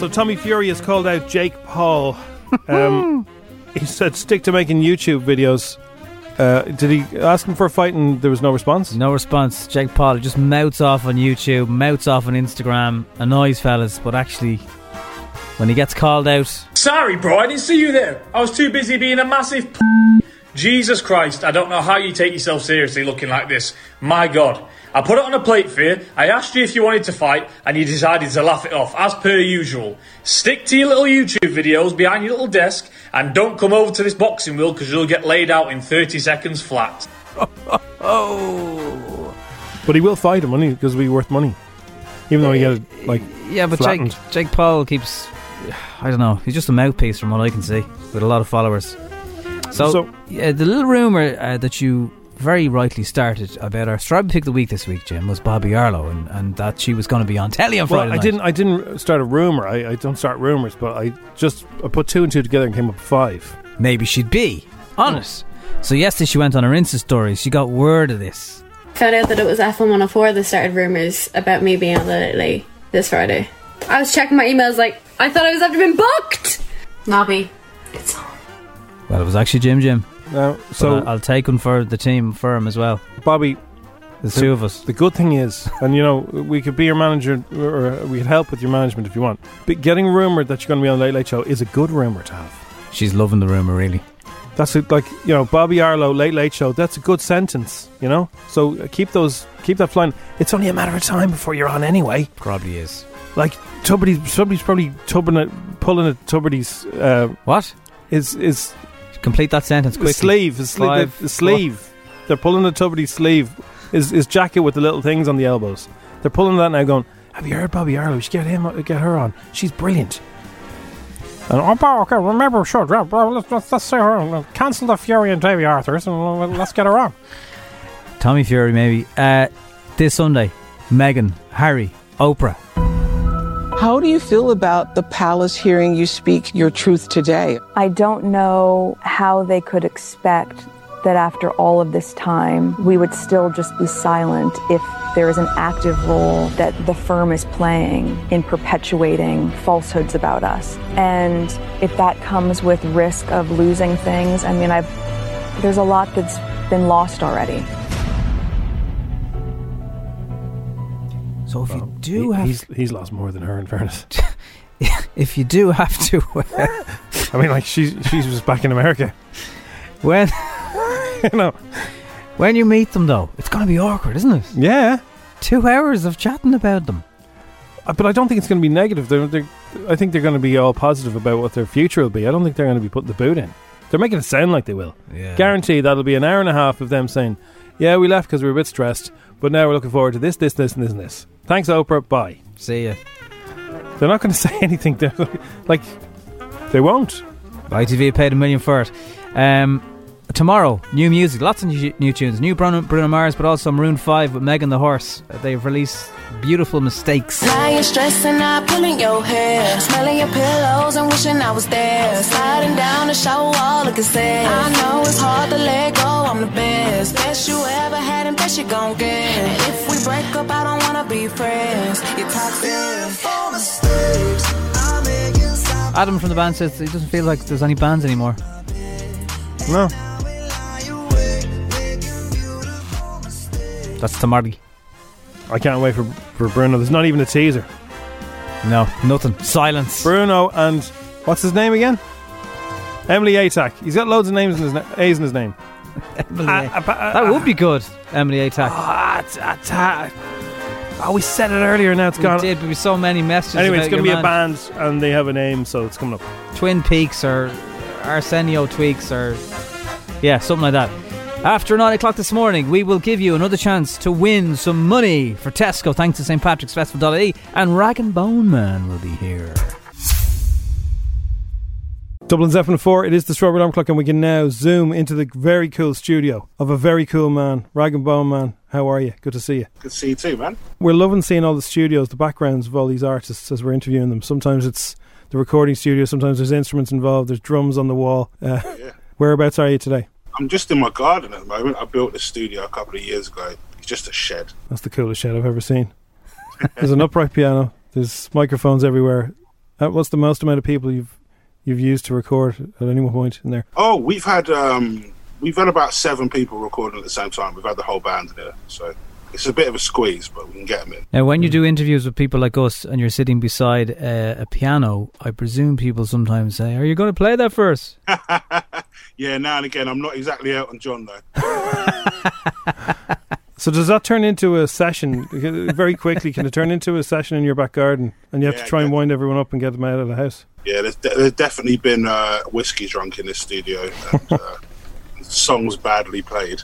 So Tommy Fury has called out Jake Paul. Um, he said, "Stick to making YouTube videos." Uh, did he ask him for a fight and there was no response? No response. Jake Paul just mouths off on YouTube, mouths off on Instagram, annoys fellas, but actually, when he gets called out, Sorry, bro, I didn't see you there. I was too busy being a massive. P- Jesus Christ, I don't know how you take yourself seriously looking like this. My God. I put it on a plate for you. I asked you if you wanted to fight, and you decided to laugh it off, as per usual. Stick to your little YouTube videos behind your little desk, and don't come over to this boxing wheel because you'll get laid out in 30 seconds flat. oh. But he will fight him, won't he? Because we worth money, even though he got it, like Yeah, but flattened. Jake, Jake Paul keeps. I don't know. He's just a mouthpiece from what I can see, with a lot of followers. So, So- yeah, the little rumor uh, that you very rightly started about our strawberry pick of the week this week, Jim, was Bobby Arlo, and, and that she was going to be on telly on well, Friday I night. didn't. I didn't start a rumor. I, I don't start rumors, but I just I put two and two together and came up with five. Maybe she'd be honest. So yesterday she went on her Insta stories. She got word of this. Found out that it was FM104 that started rumours about me being on Literally this Friday. I was checking my emails like, I thought I was after being booked! Nobby, it's on. Well, it was actually Jim Jim. No, so- I'll take him for the team for him as well. Bobby, there's two of us. The good thing is, and you know, we could be your manager, or we could help with your management if you want. But getting rumored that you're going to be on Late Late Show is a good rumor to have. She's loving the rumor, really. That's it, like you know, Bobby Arlo, Late Late Show. That's a good sentence, you know. So uh, keep those, keep that flying. It's only a matter of time before you're on anyway. Probably is. Like somebody's, somebody's probably tubbing it, pulling at Tuberty's. Uh, what is is? Complete that sentence quickly. A sleeve, a sleeve, Five, a sleeve. They're pulling at Tuberty's sleeve. His, his jacket with the little things on the elbows. They're pulling that now, going. Have you heard Bobby Arlo? We should get him, uh, get her on. She's brilliant. And oh, but okay, remember, sure, yeah, well, let's, let's, let's say her, uh, cancel the Fury and Davy Arthur's, and we'll- we'll- let's get her on. Tommy Fury, maybe. Uh, this Sunday, Meghan, Harry, Oprah. How do you feel about the palace hearing you speak your truth today? I don't know how they could expect that after all of this time, we would still just be silent if there is an active role that the firm is playing in perpetuating falsehoods about us. And if that comes with risk of losing things, I mean, I've, there's a lot that's been lost already. So if you do have, he's, he's lost more than her, in fairness. if you do have to, I mean, like she's she's just back in America. When no, when you meet them though, it's going to be awkward, isn't it? Yeah, two hours of chatting about them. Uh, But I don't think it's going to be negative. They're, they're, I think they're going to be all positive about what their future will be. I don't think they're going to be putting the boot in. They're making it sound like they will. Yeah. Guarantee that'll be an hour and a half of them saying, "Yeah, we left because we were a bit stressed, but now we're looking forward to this, this, this, and this, and this." Thanks, Oprah. Bye. See ya. They're not going to say anything. They're like, they won't. ITV paid a million for it. Um, tomorrow, new music, lots of new, new tunes, new Bruno, Bruno Mars, but also Maroon Five with Megan the Horse. Uh, They've released beautiful mistakes. Lying, stressing out, pulling your hair. Smelling your pillows and wishing I was there. Sliding down the shower wall, like I said. I know it's hard to let go, I'm the best. Best you ever had and best you gon' get. And if we break up, I don't wanna be friends. You're toxic. Adam from the band says he doesn't feel like there's any bands anymore. No. That's tomorrow. I can't wait for, for Bruno. There's not even a teaser. No, nothing. Silence. Bruno and what's his name again? Emily Atack. He's got loads of names in his na- A's in his name. Ah, Emily A- that would be good, Emily Atack. ah. Uh, Oh, we said it earlier. Now it's We gone. did, but we so many messages. Anyway, it's going to be a band, and they have a name, so it's coming up. Twin Peaks or Arsenio Tweaks or yeah, something like that. After nine o'clock this morning, we will give you another chance to win some money for Tesco, thanks to St Patrick's Festival.ie, E, and Rag and Bone Man will be here. Dublin's F and four. It is the Strawberry Alarm Clock, and we can now zoom into the very cool studio of a very cool man, Rag and Bone Man. How are you? Good to see you. Good to see you too, man. We're loving seeing all the studios, the backgrounds of all these artists as we're interviewing them. Sometimes it's the recording studio. Sometimes there's instruments involved. There's drums on the wall. Uh, Whereabouts are you today? I'm just in my garden at the moment. I built a studio a couple of years ago. It's just a shed. That's the coolest shed I've ever seen. There's an upright piano. There's microphones everywhere. Uh, what's the most amount of people you've you've used to record at any one point in there? Oh, we've had um, we've had about seven people recording at the same time. We've had the whole band in here, so it's a bit of a squeeze, but we can get them in. Now, when you Hmm. do interviews with people like us and you're sitting beside uh, a piano, I presume people sometimes say, "Are you going to play that for us?" Yeah, now and again, I'm not exactly out on John though. So does that turn into a session very quickly? Can it turn into a session in your back garden, and you have Yeah, to try and wind everyone up and get them out of the house? Yeah, there's, de- there's definitely been uh, whiskey drunk in this studio and uh, songs badly played.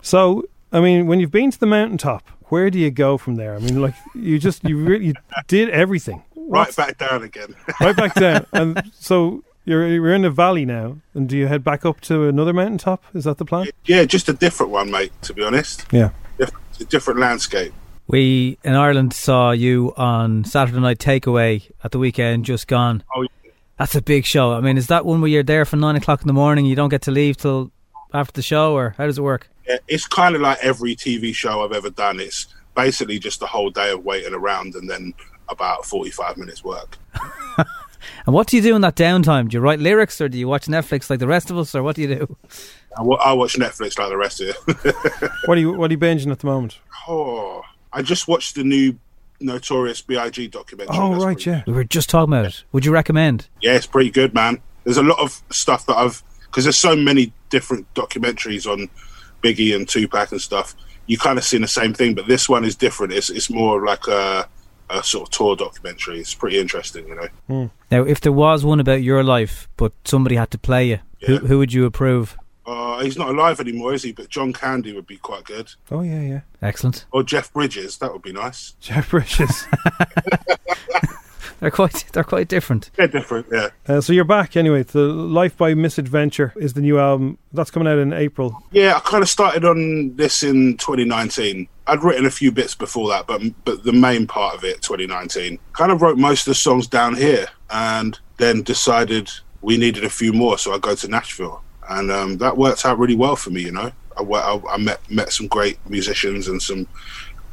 So, I mean, when you've been to the mountaintop, where do you go from there? I mean, like you just you really you did everything Right back down again. right back down, and so you're you're in a valley now, and do you head back up to another mountaintop? Is that the plan? Yeah, just a different one, mate. To be honest, Yeah. Diff- it's a different landscape. We in Ireland saw you on Saturday Night Takeaway at the weekend, just gone. Oh, that's a big show. I mean, is that one where you're there from nine o'clock in the morning? You don't get to leave till after the show, or how does it work? Yeah, it's kind of like every TV show I've ever done. It's basically just a whole day of waiting around and then about 45 minutes work. And what do you do in that downtime? Do you write lyrics, or do you watch Netflix like the rest of us, or what do you do? I wa- I watch Netflix like the rest of you. What are you what are you binging at the moment? oh, I just watched the new Notorious B.I.G. documentary. Oh right, yeah. We were just talking about it. Would you recommend? Yeah, it's pretty good, man. There's a lot of stuff that I've because there's so many different documentaries on Biggie and Tupac and stuff. You kind of seen the same thing, but this one is different. It's it's more of like a, a sort of tour documentary. It's pretty interesting, you know. Now, if there was one about your life, but somebody had to play you, who, who would you approve? Uh, he's not alive anymore, is he? But John Candy would be quite good. Oh yeah, yeah. Excellent. Or Jeff Bridges, that would be nice. Jeff Bridges. They're quite they're quite different. They're different, yeah. Uh, so you're back anyway. The Life by Misadventure is the new album that's coming out in April. Yeah, I kind of started on this in 2019. I'd written a few bits before that, but but the main part of it, 2019, kind of wrote most of the songs down here, and then decided we needed a few more, so I go to Nashville, and um, that worked out really well for me. You know, I, wa- I, I met met some great musicians and some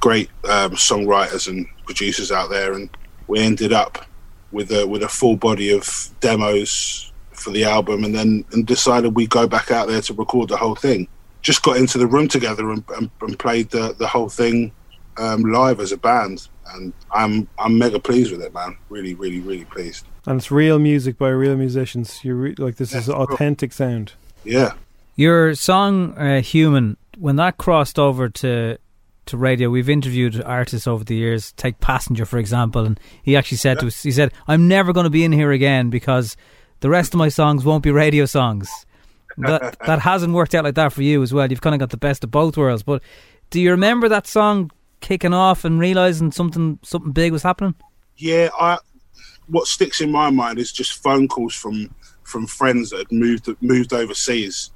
great um, songwriters and producers out there, and we ended up with a with a full body of demos for the album, and then and decided we go back out there to record the whole thing. Just got into the room together and, and, and played the, the whole thing um, live as a band, and I'm I'm mega pleased with it, man. Really, really, really pleased. And it's real music by real musicians. You re- like this is authentic sound. Yeah. Your song uh, "Human" when that crossed over to to radio, we've interviewed artists over the years. Take Passenger for example, and he actually said to us, he said, "I'm never going to be in here again because the rest of my songs won't be radio songs." That that hasn't worked out like that for you as well. You've kind of got the best of both worlds. But do you remember that song kicking off and realizing something something big was happening? yeah, I what sticks in my mind is just phone calls from from friends that had moved moved overseas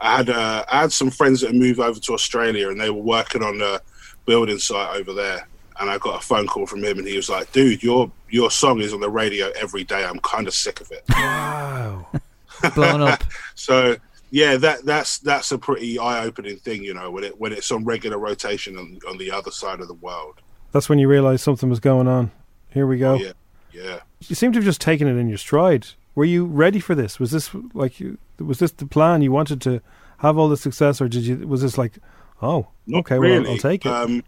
I had uh, I had some friends that had moved over to Australia, and they were working on a building site over there. And I got a phone call from him, and he was like, "Dude, your your song is on the radio every day. I'm kind of sick of it." Wow. Blown up. so yeah, that that's that's a pretty eye opening thing, you know, when it when it's on regular rotation on, on the other side of the world. That's when you realize something was going on. Here we Oh, go. Yeah, yeah. You seem to have just taken it in your stride. Were you ready for this? Was this like you? Was this the plan? You wanted to have all the success, or did you? Was this like, oh, Not okay, really. well, I'll take it. Um,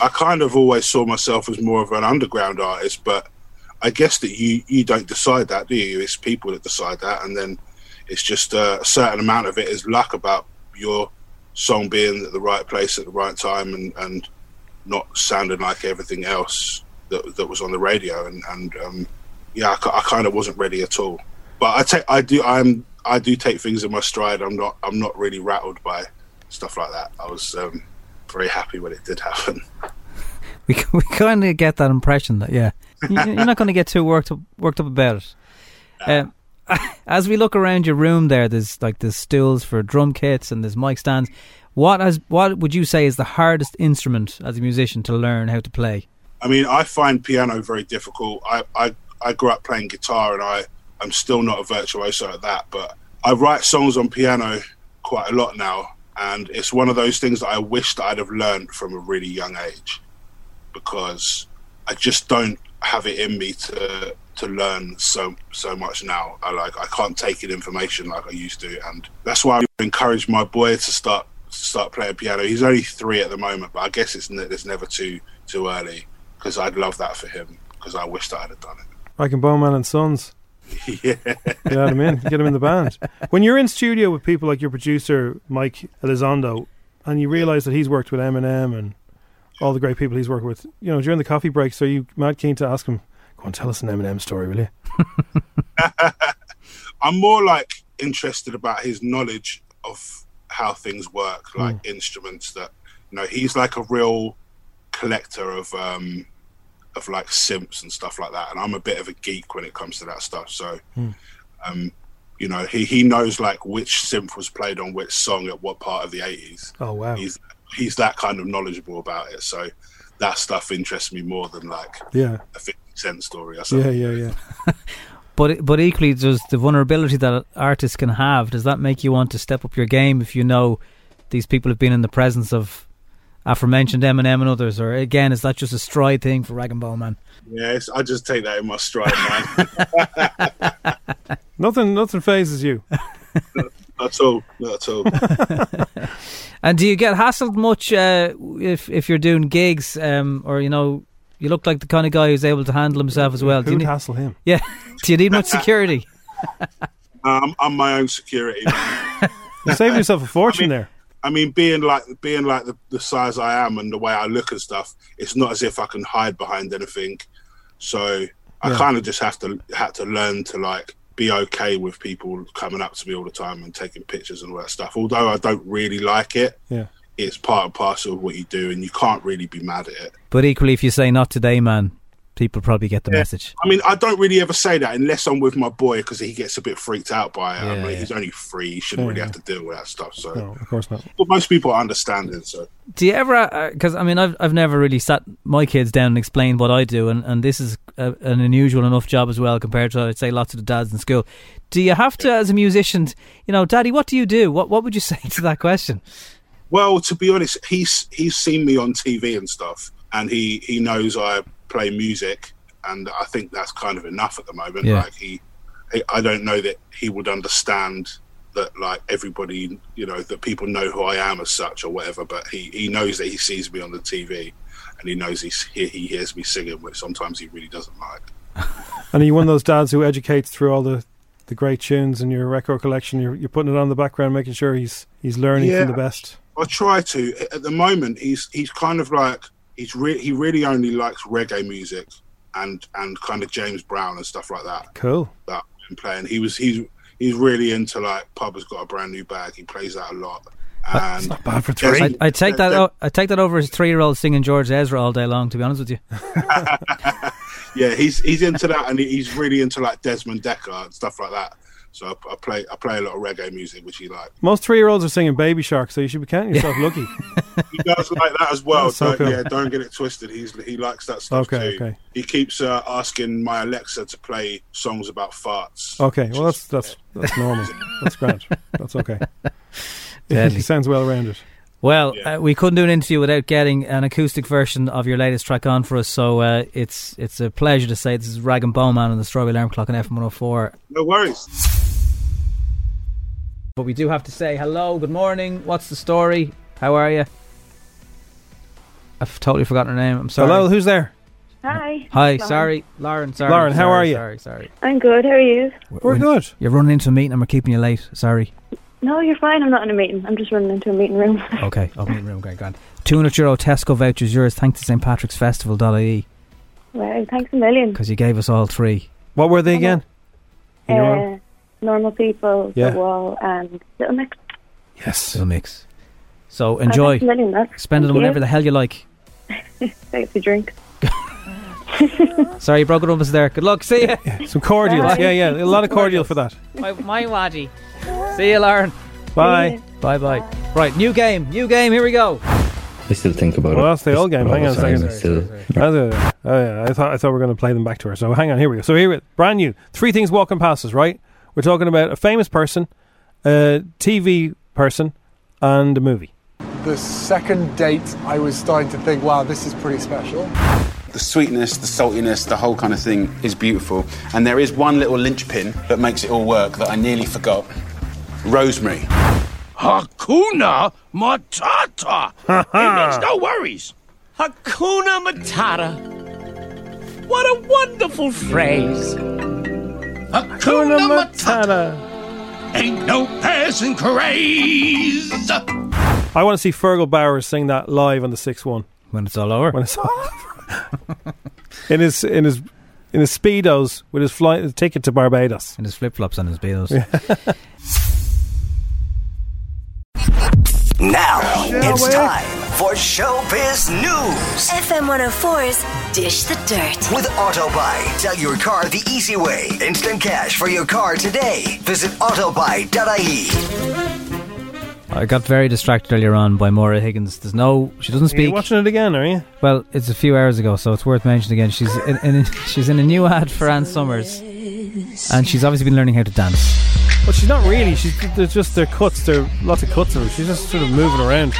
I kind of always saw myself as more of an underground artist, but I guess that you you don't decide that, do you? It's people that decide that, and then it's just uh, a certain amount of it is luck about your song being at the right place at the right time and and not sounding like everything else that that was on the radio, and and um, yeah, I, ki- I kind of wasn't ready at all. But I take I do I'm I do take things in my stride. I'm not I'm not really rattled by stuff like that. I was um, very happy when it did happen. We we kind of get that impression that yeah, you- you're not going to get too worked up worked up about it. Um, as we look around your room, there, there's like there's stools for drum kits and there's mic stands. What has what would you say is the hardest instrument as a musician to learn how to play? I mean, I find piano very difficult. I, I, I grew up playing guitar and I, I'm still not a virtuoso at that, but I write songs on piano quite a lot now. And it's one of those things that I wish that I'd have learned from a really young age because I just don't have it in me to to learn so so much now. I like I can't take in information like I used to, and that's why I encourage my boy to start to start playing piano. He's only three at the moment, but I guess it's ne- it's never too too early because I'd love that for him because I wish that I'd have done Like in Bowman and Sons. it. yeah. Get him in. Get him in the band. When you're in studio with people like your producer Mike Elizondo, and you realize that he's worked with Eminem and all the great people he's worked with, you know, during the coffee breaks, are you mad keen to ask him? Go on, tell us an Eminem story, will you? I'm more like interested about his knowledge of how things work, like instruments that you know. He's like a real collector of um of like synths and stuff like that, and I'm a bit of a geek when it comes to that stuff. So um, you know, he he knows like which synth was played on which song at what part of the 80s. Oh wow! He's he's that kind of knowledgeable about it. So that stuff interests me more than like Yeah. a 50 cent story or something. Yeah, yeah, yeah. But but equally, does the vulnerability that artists can have does that make you want to step up your game if you know these people have been in the presence of aforementioned Eminem and others? Or again, is that just a stride thing for Rag and Bone Man? Yes, I just take that in my stride, man. Nothing, nothing phases you. not at all. Not at all. And do you get hassled much uh, if if you're doing gigs, um, or you know, you look like the kind of guy who's able to handle himself as well? Do you Who'd need- hassle him? Yeah. do you need much security? I'm, Um, I'm my own security. Man. You saved yourself a fortune there. I mean, being like being like the, the size I am and the way I look and stuff, it's not as if I can hide behind anything. So I Yeah. kind of just have to had to learn to like be okay with people coming up to me all the time and taking pictures and all that stuff. Although I don't really like it, Yeah. it's part and parcel of what you do, and you can't really be mad at it. But equally, if you say not today, man, people probably get the message. I mean, I don't really ever say that unless I'm with my boy because he gets a bit freaked out by it. I Yeah, mean, yeah. he's only three; he shouldn't Yeah, really yeah. have to deal with that stuff. So, No, of course not. but most people are understanding. So, Do you ever? Because I mean, I've I've never really sat my kids down and explained what I do, and, and this is a, an unusual enough job as well compared to I'd say lots of the dads in school. Do you have to, as a musician, you know, Daddy, what do you do? What what would you say to that question? well, to be honest, he's he's seen me on TV and stuff, and he he knows I play music, and I think that's kind of enough at the moment. Yeah. Like he, he, I don't know that he would understand that like everybody, you know, that people know who I am as such or whatever. But he he knows that he sees me on the TV, and he knows he's, he he hears me singing, which sometimes he really doesn't like. And are you one of those dads who educates through all the, the great tunes in your record collection? You're, you're putting it on in the background, making sure he's he's learning Yeah. from the best. I try to. At the moment, he's he's kind of like he's re- he really only likes reggae music and and kind of James Brown and stuff like that Cool. that I've been playing. He was he's he's really into like Pub has got a brand new bag. He plays that a lot. And I, I take that. o- I take that over as three year old singing George Ezra all day long. To be honest with you, Yeah, he's he's into that, and he's really into like Desmond Decker and stuff like that. So I, I play I play a lot of reggae music, which he likes. Most three year olds are singing Baby Shark, so you should be counting yourself lucky. He does like that as well. That's so don't, cool. Yeah, don't get it twisted. He's he likes that stuff Okay, too. okay. He keeps uh, asking my Alexa to play songs about farts. Okay, well that's that's that's normal. That's grand. That's okay. Deadly. It sounds well rounded. Well, uh, we couldn't do an interview without getting an acoustic version of your latest track on for us. So uh, it's it's a pleasure to say this is Rag and Bone Man on the Strawberry Alarm Clock on FM 104. No worries. But we do have to say hello, good morning. What's the story? How are you? I've totally forgotten her name. I'm sorry. Hello, who's there? Hi. Hi, Lauren. sorry, Lauren. Sorry, Lauren, how sorry, are you? Sorry, sorry. I'm good. How are you? We're good. You're running into a meeting and we're keeping you late. Sorry. No, you're fine. I'm not in a meeting. I'm just running into a meeting room. Okay, I'll be in the room. Great, grand. 200 euro Tesco vouchers yours thanks to St Patrick's Festival.ie wow, thanks a million. because you gave us all three. What were they again? You know 'em? Uh, normal people, Yeah. the wall, and little mix. Yes. Little mix. So thanks enjoy. a million, love. Spend it on Thank you. whatever the hell you like. Thanks for drink. Sorry, you broke it up us there. Good luck. See you. Some cordials. Bye. Yeah, yeah. A lot of cordial for that. My, my waddy. See you, Lauren. Bye. Bye bye. Right, new game. New game. Here we go. I still think about Well, it. that's the old game. Hang on a Sorry, second. I still- That's a- oh, yeah. I thought I thought we were going to play them back to her. So hang on. Here we go. So here, we brand new. Three things walking past us. Right. We're talking about a famous person, a TV person, and a movie. The second date, I was starting to think, wow, this is pretty special. The sweetness, the saltiness, the whole kind of thing is beautiful. And there is one little linchpin that makes it all work that I nearly forgot rosemary. Hakuna Matata. it means no worries. Hakuna Matata. What a wonderful phrase. Hakuna Matata. Ain't no passing craze. I want to see Fergal Bowers sing that live on the six one. When it's all over. When it's all over. in his in his in his speedos with his flight his ticket to Barbados. And his flip flops and his beatles. Now it's we? time for Showbiz News. FM 104's Dish the Dirt. With Autobuy, sell your car the easy way. Instant cash for your car today. Visit autobuy.ie. I got very distracted earlier on by Maura Higgins. There's no, she doesn't Are speak. you watching it again, are you? Well, it's a few hours ago, so it's worth mentioning again. She's in, in, she's in a new ad for Ann Summers, and she's obviously been learning how to dance. But she's not really. She's they're just they're cuts. There are lots of cuts of her. She's just sort of moving around.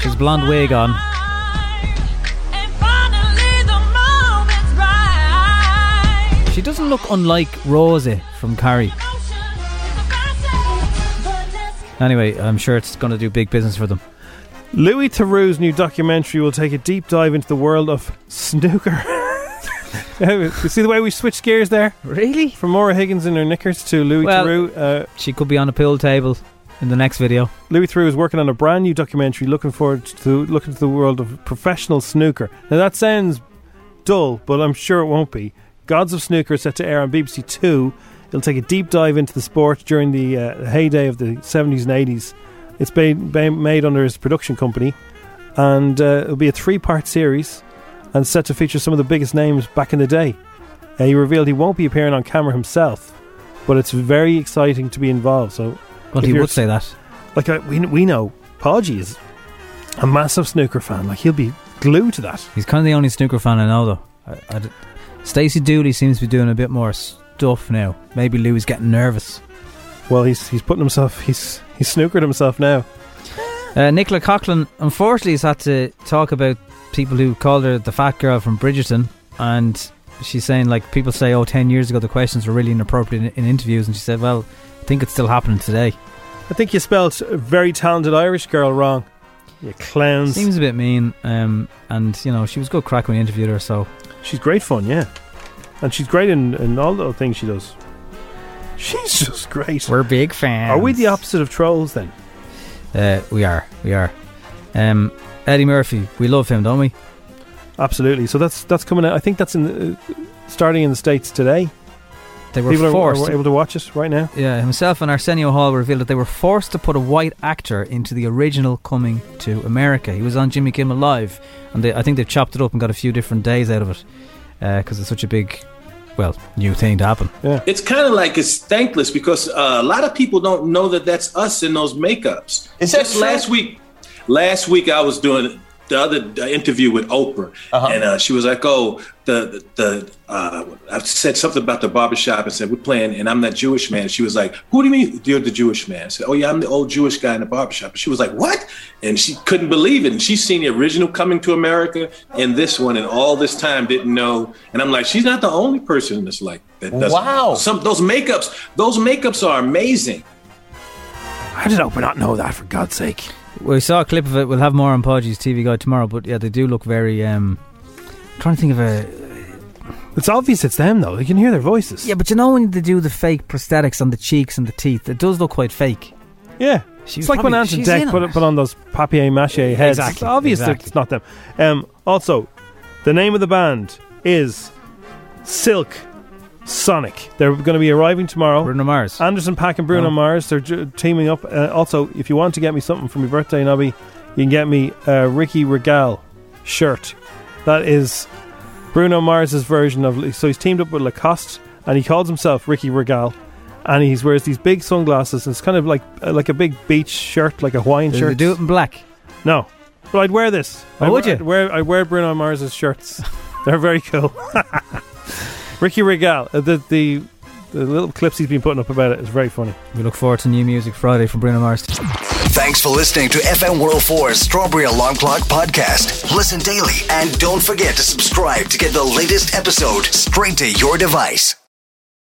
She's blonde wig on. She doesn't look unlike Rose from Carrie. Anyway, I'm sure it's going to do big business for them. Louis Theroux's new documentary will take a deep dive into the world of snooker. you see the way we switched gears there? Really? From Maura Higgins in her knickers to Louis Theroux. Uh, she could be on a pool table in the next video. Louis Theroux is working on a brand new documentary looking forward to looking to the world of professional snooker. Now that sounds dull, but I'm sure it won't be. Gods of Snooker is set to air on BBC Two. It'll take a deep dive into the sport during the uh, heyday of the 70s and 80s. It's been, been made under his production company, and uh, it'll be a three-part series, and set to feature some of the biggest names back in the day. Uh, he revealed he won't be appearing on camera himself, but it's very exciting to be involved. So, Well, if he you're- would say that. Like uh, we we know, Podgy is a massive snooker fan. Like he'll be glued to that. He's kind of the only snooker fan I know, though. I, I d- Stacey Dooley seems to be doing a bit more stuff now. Maybe Lou is getting nervous. Well, he's he's putting himself he's he's snookered himself now. Uh, Nicola Coughlin, unfortunately, has had to talk about people who called her the fat girl from Bridgerton. And she's saying, like, people say, oh, 10 years ago the questions were really inappropriate in, in interviews. And she said, well, I think it's still happening today. I think you spelled a very talented Irish girl wrong. You clowns. Seems a bit mean. Um, and, you know, she was good crack when you interviewed her, so. She's great fun, yeah. And she's great in, in all the things she does. She's just great. We're big fans. Are we the opposite of trolls then? Uh, we are. We are. Um, Eddie Murphy, we love him, don't we? Absolutely. So that's that's coming out. I think that's in the, uh, starting in the states today. They were People are- forced. are able to watch it right now. Yeah, himself and Arsenio Hall revealed that they were forced to put a white actor into the original Coming to America. He was on Jimmy Kimmel Live, and they, I think they've chopped it up and got a few different days out of it because it's uh, such a big well, new thing to happen. Yeah. It's kind of like it's thankless because uh, a lot of people don't know that that's us in those makeups. Is that last week? Last week I was doing the other the interview with Oprah, and uh, she was like, "Oh, the the uh, I said something about the barbershop and said we're playing, and I'm that Jewish man." She was like, "Who do you mean you're the Jewish man?" I said, "Oh yeah, I'm the old Jewish guy in the barbershop." She was like, "What?" And she couldn't believe it. And she's seen the original Coming to America and this one, and all this time didn't know. And I'm like, she's not the only person that's like that. Doesn't. Wow. Some those makeups, those makeups are amazing. How did Oprah not know that? For God's sake. We saw a clip of it. We'll have more on Podgy's TV guide tomorrow. But yeah, they do look very. Um, I'm trying to think of a. It's obvious it's them though. You can hear their voices. Yeah, but you know when they do the fake prosthetics on the cheeks and the teeth, it does look quite fake. Yeah. She it's was like when probably- Anton she's Deck in put, on it. put on those papier mâché heads. It's Exactly, obvious that exactly. it's not them. Um, also, the name of the band is Silk Sonic. They're going to be arriving tomorrow. Bruno Mars. Anderson Pack and Bruno Oh. Mars. They're ju- teaming up. Uh, also, if you want to get me something for my birthday, Nobby, you can get me a Ricky Regal shirt. That is Bruno Mars's version of. So he's teamed up with Lacoste, and he calls himself Ricky Regal, and he wears these big sunglasses. And it's kind of like uh, like a big beach shirt, like a Hawaiian Do they shirt. do it in black? No, but I'd wear this. Oh, I would wear, you? I'd wear I wear Bruno Mars's shirts. They're very cool. Ricky Regal. Uh, the the the little clips he's been putting up about it is very funny. We look forward to new music Friday from Bruno Mars. Thanks for listening to FM 104's Strawberry Alarm Clock podcast. Listen daily and don't forget to subscribe to get the latest episode straight to your device.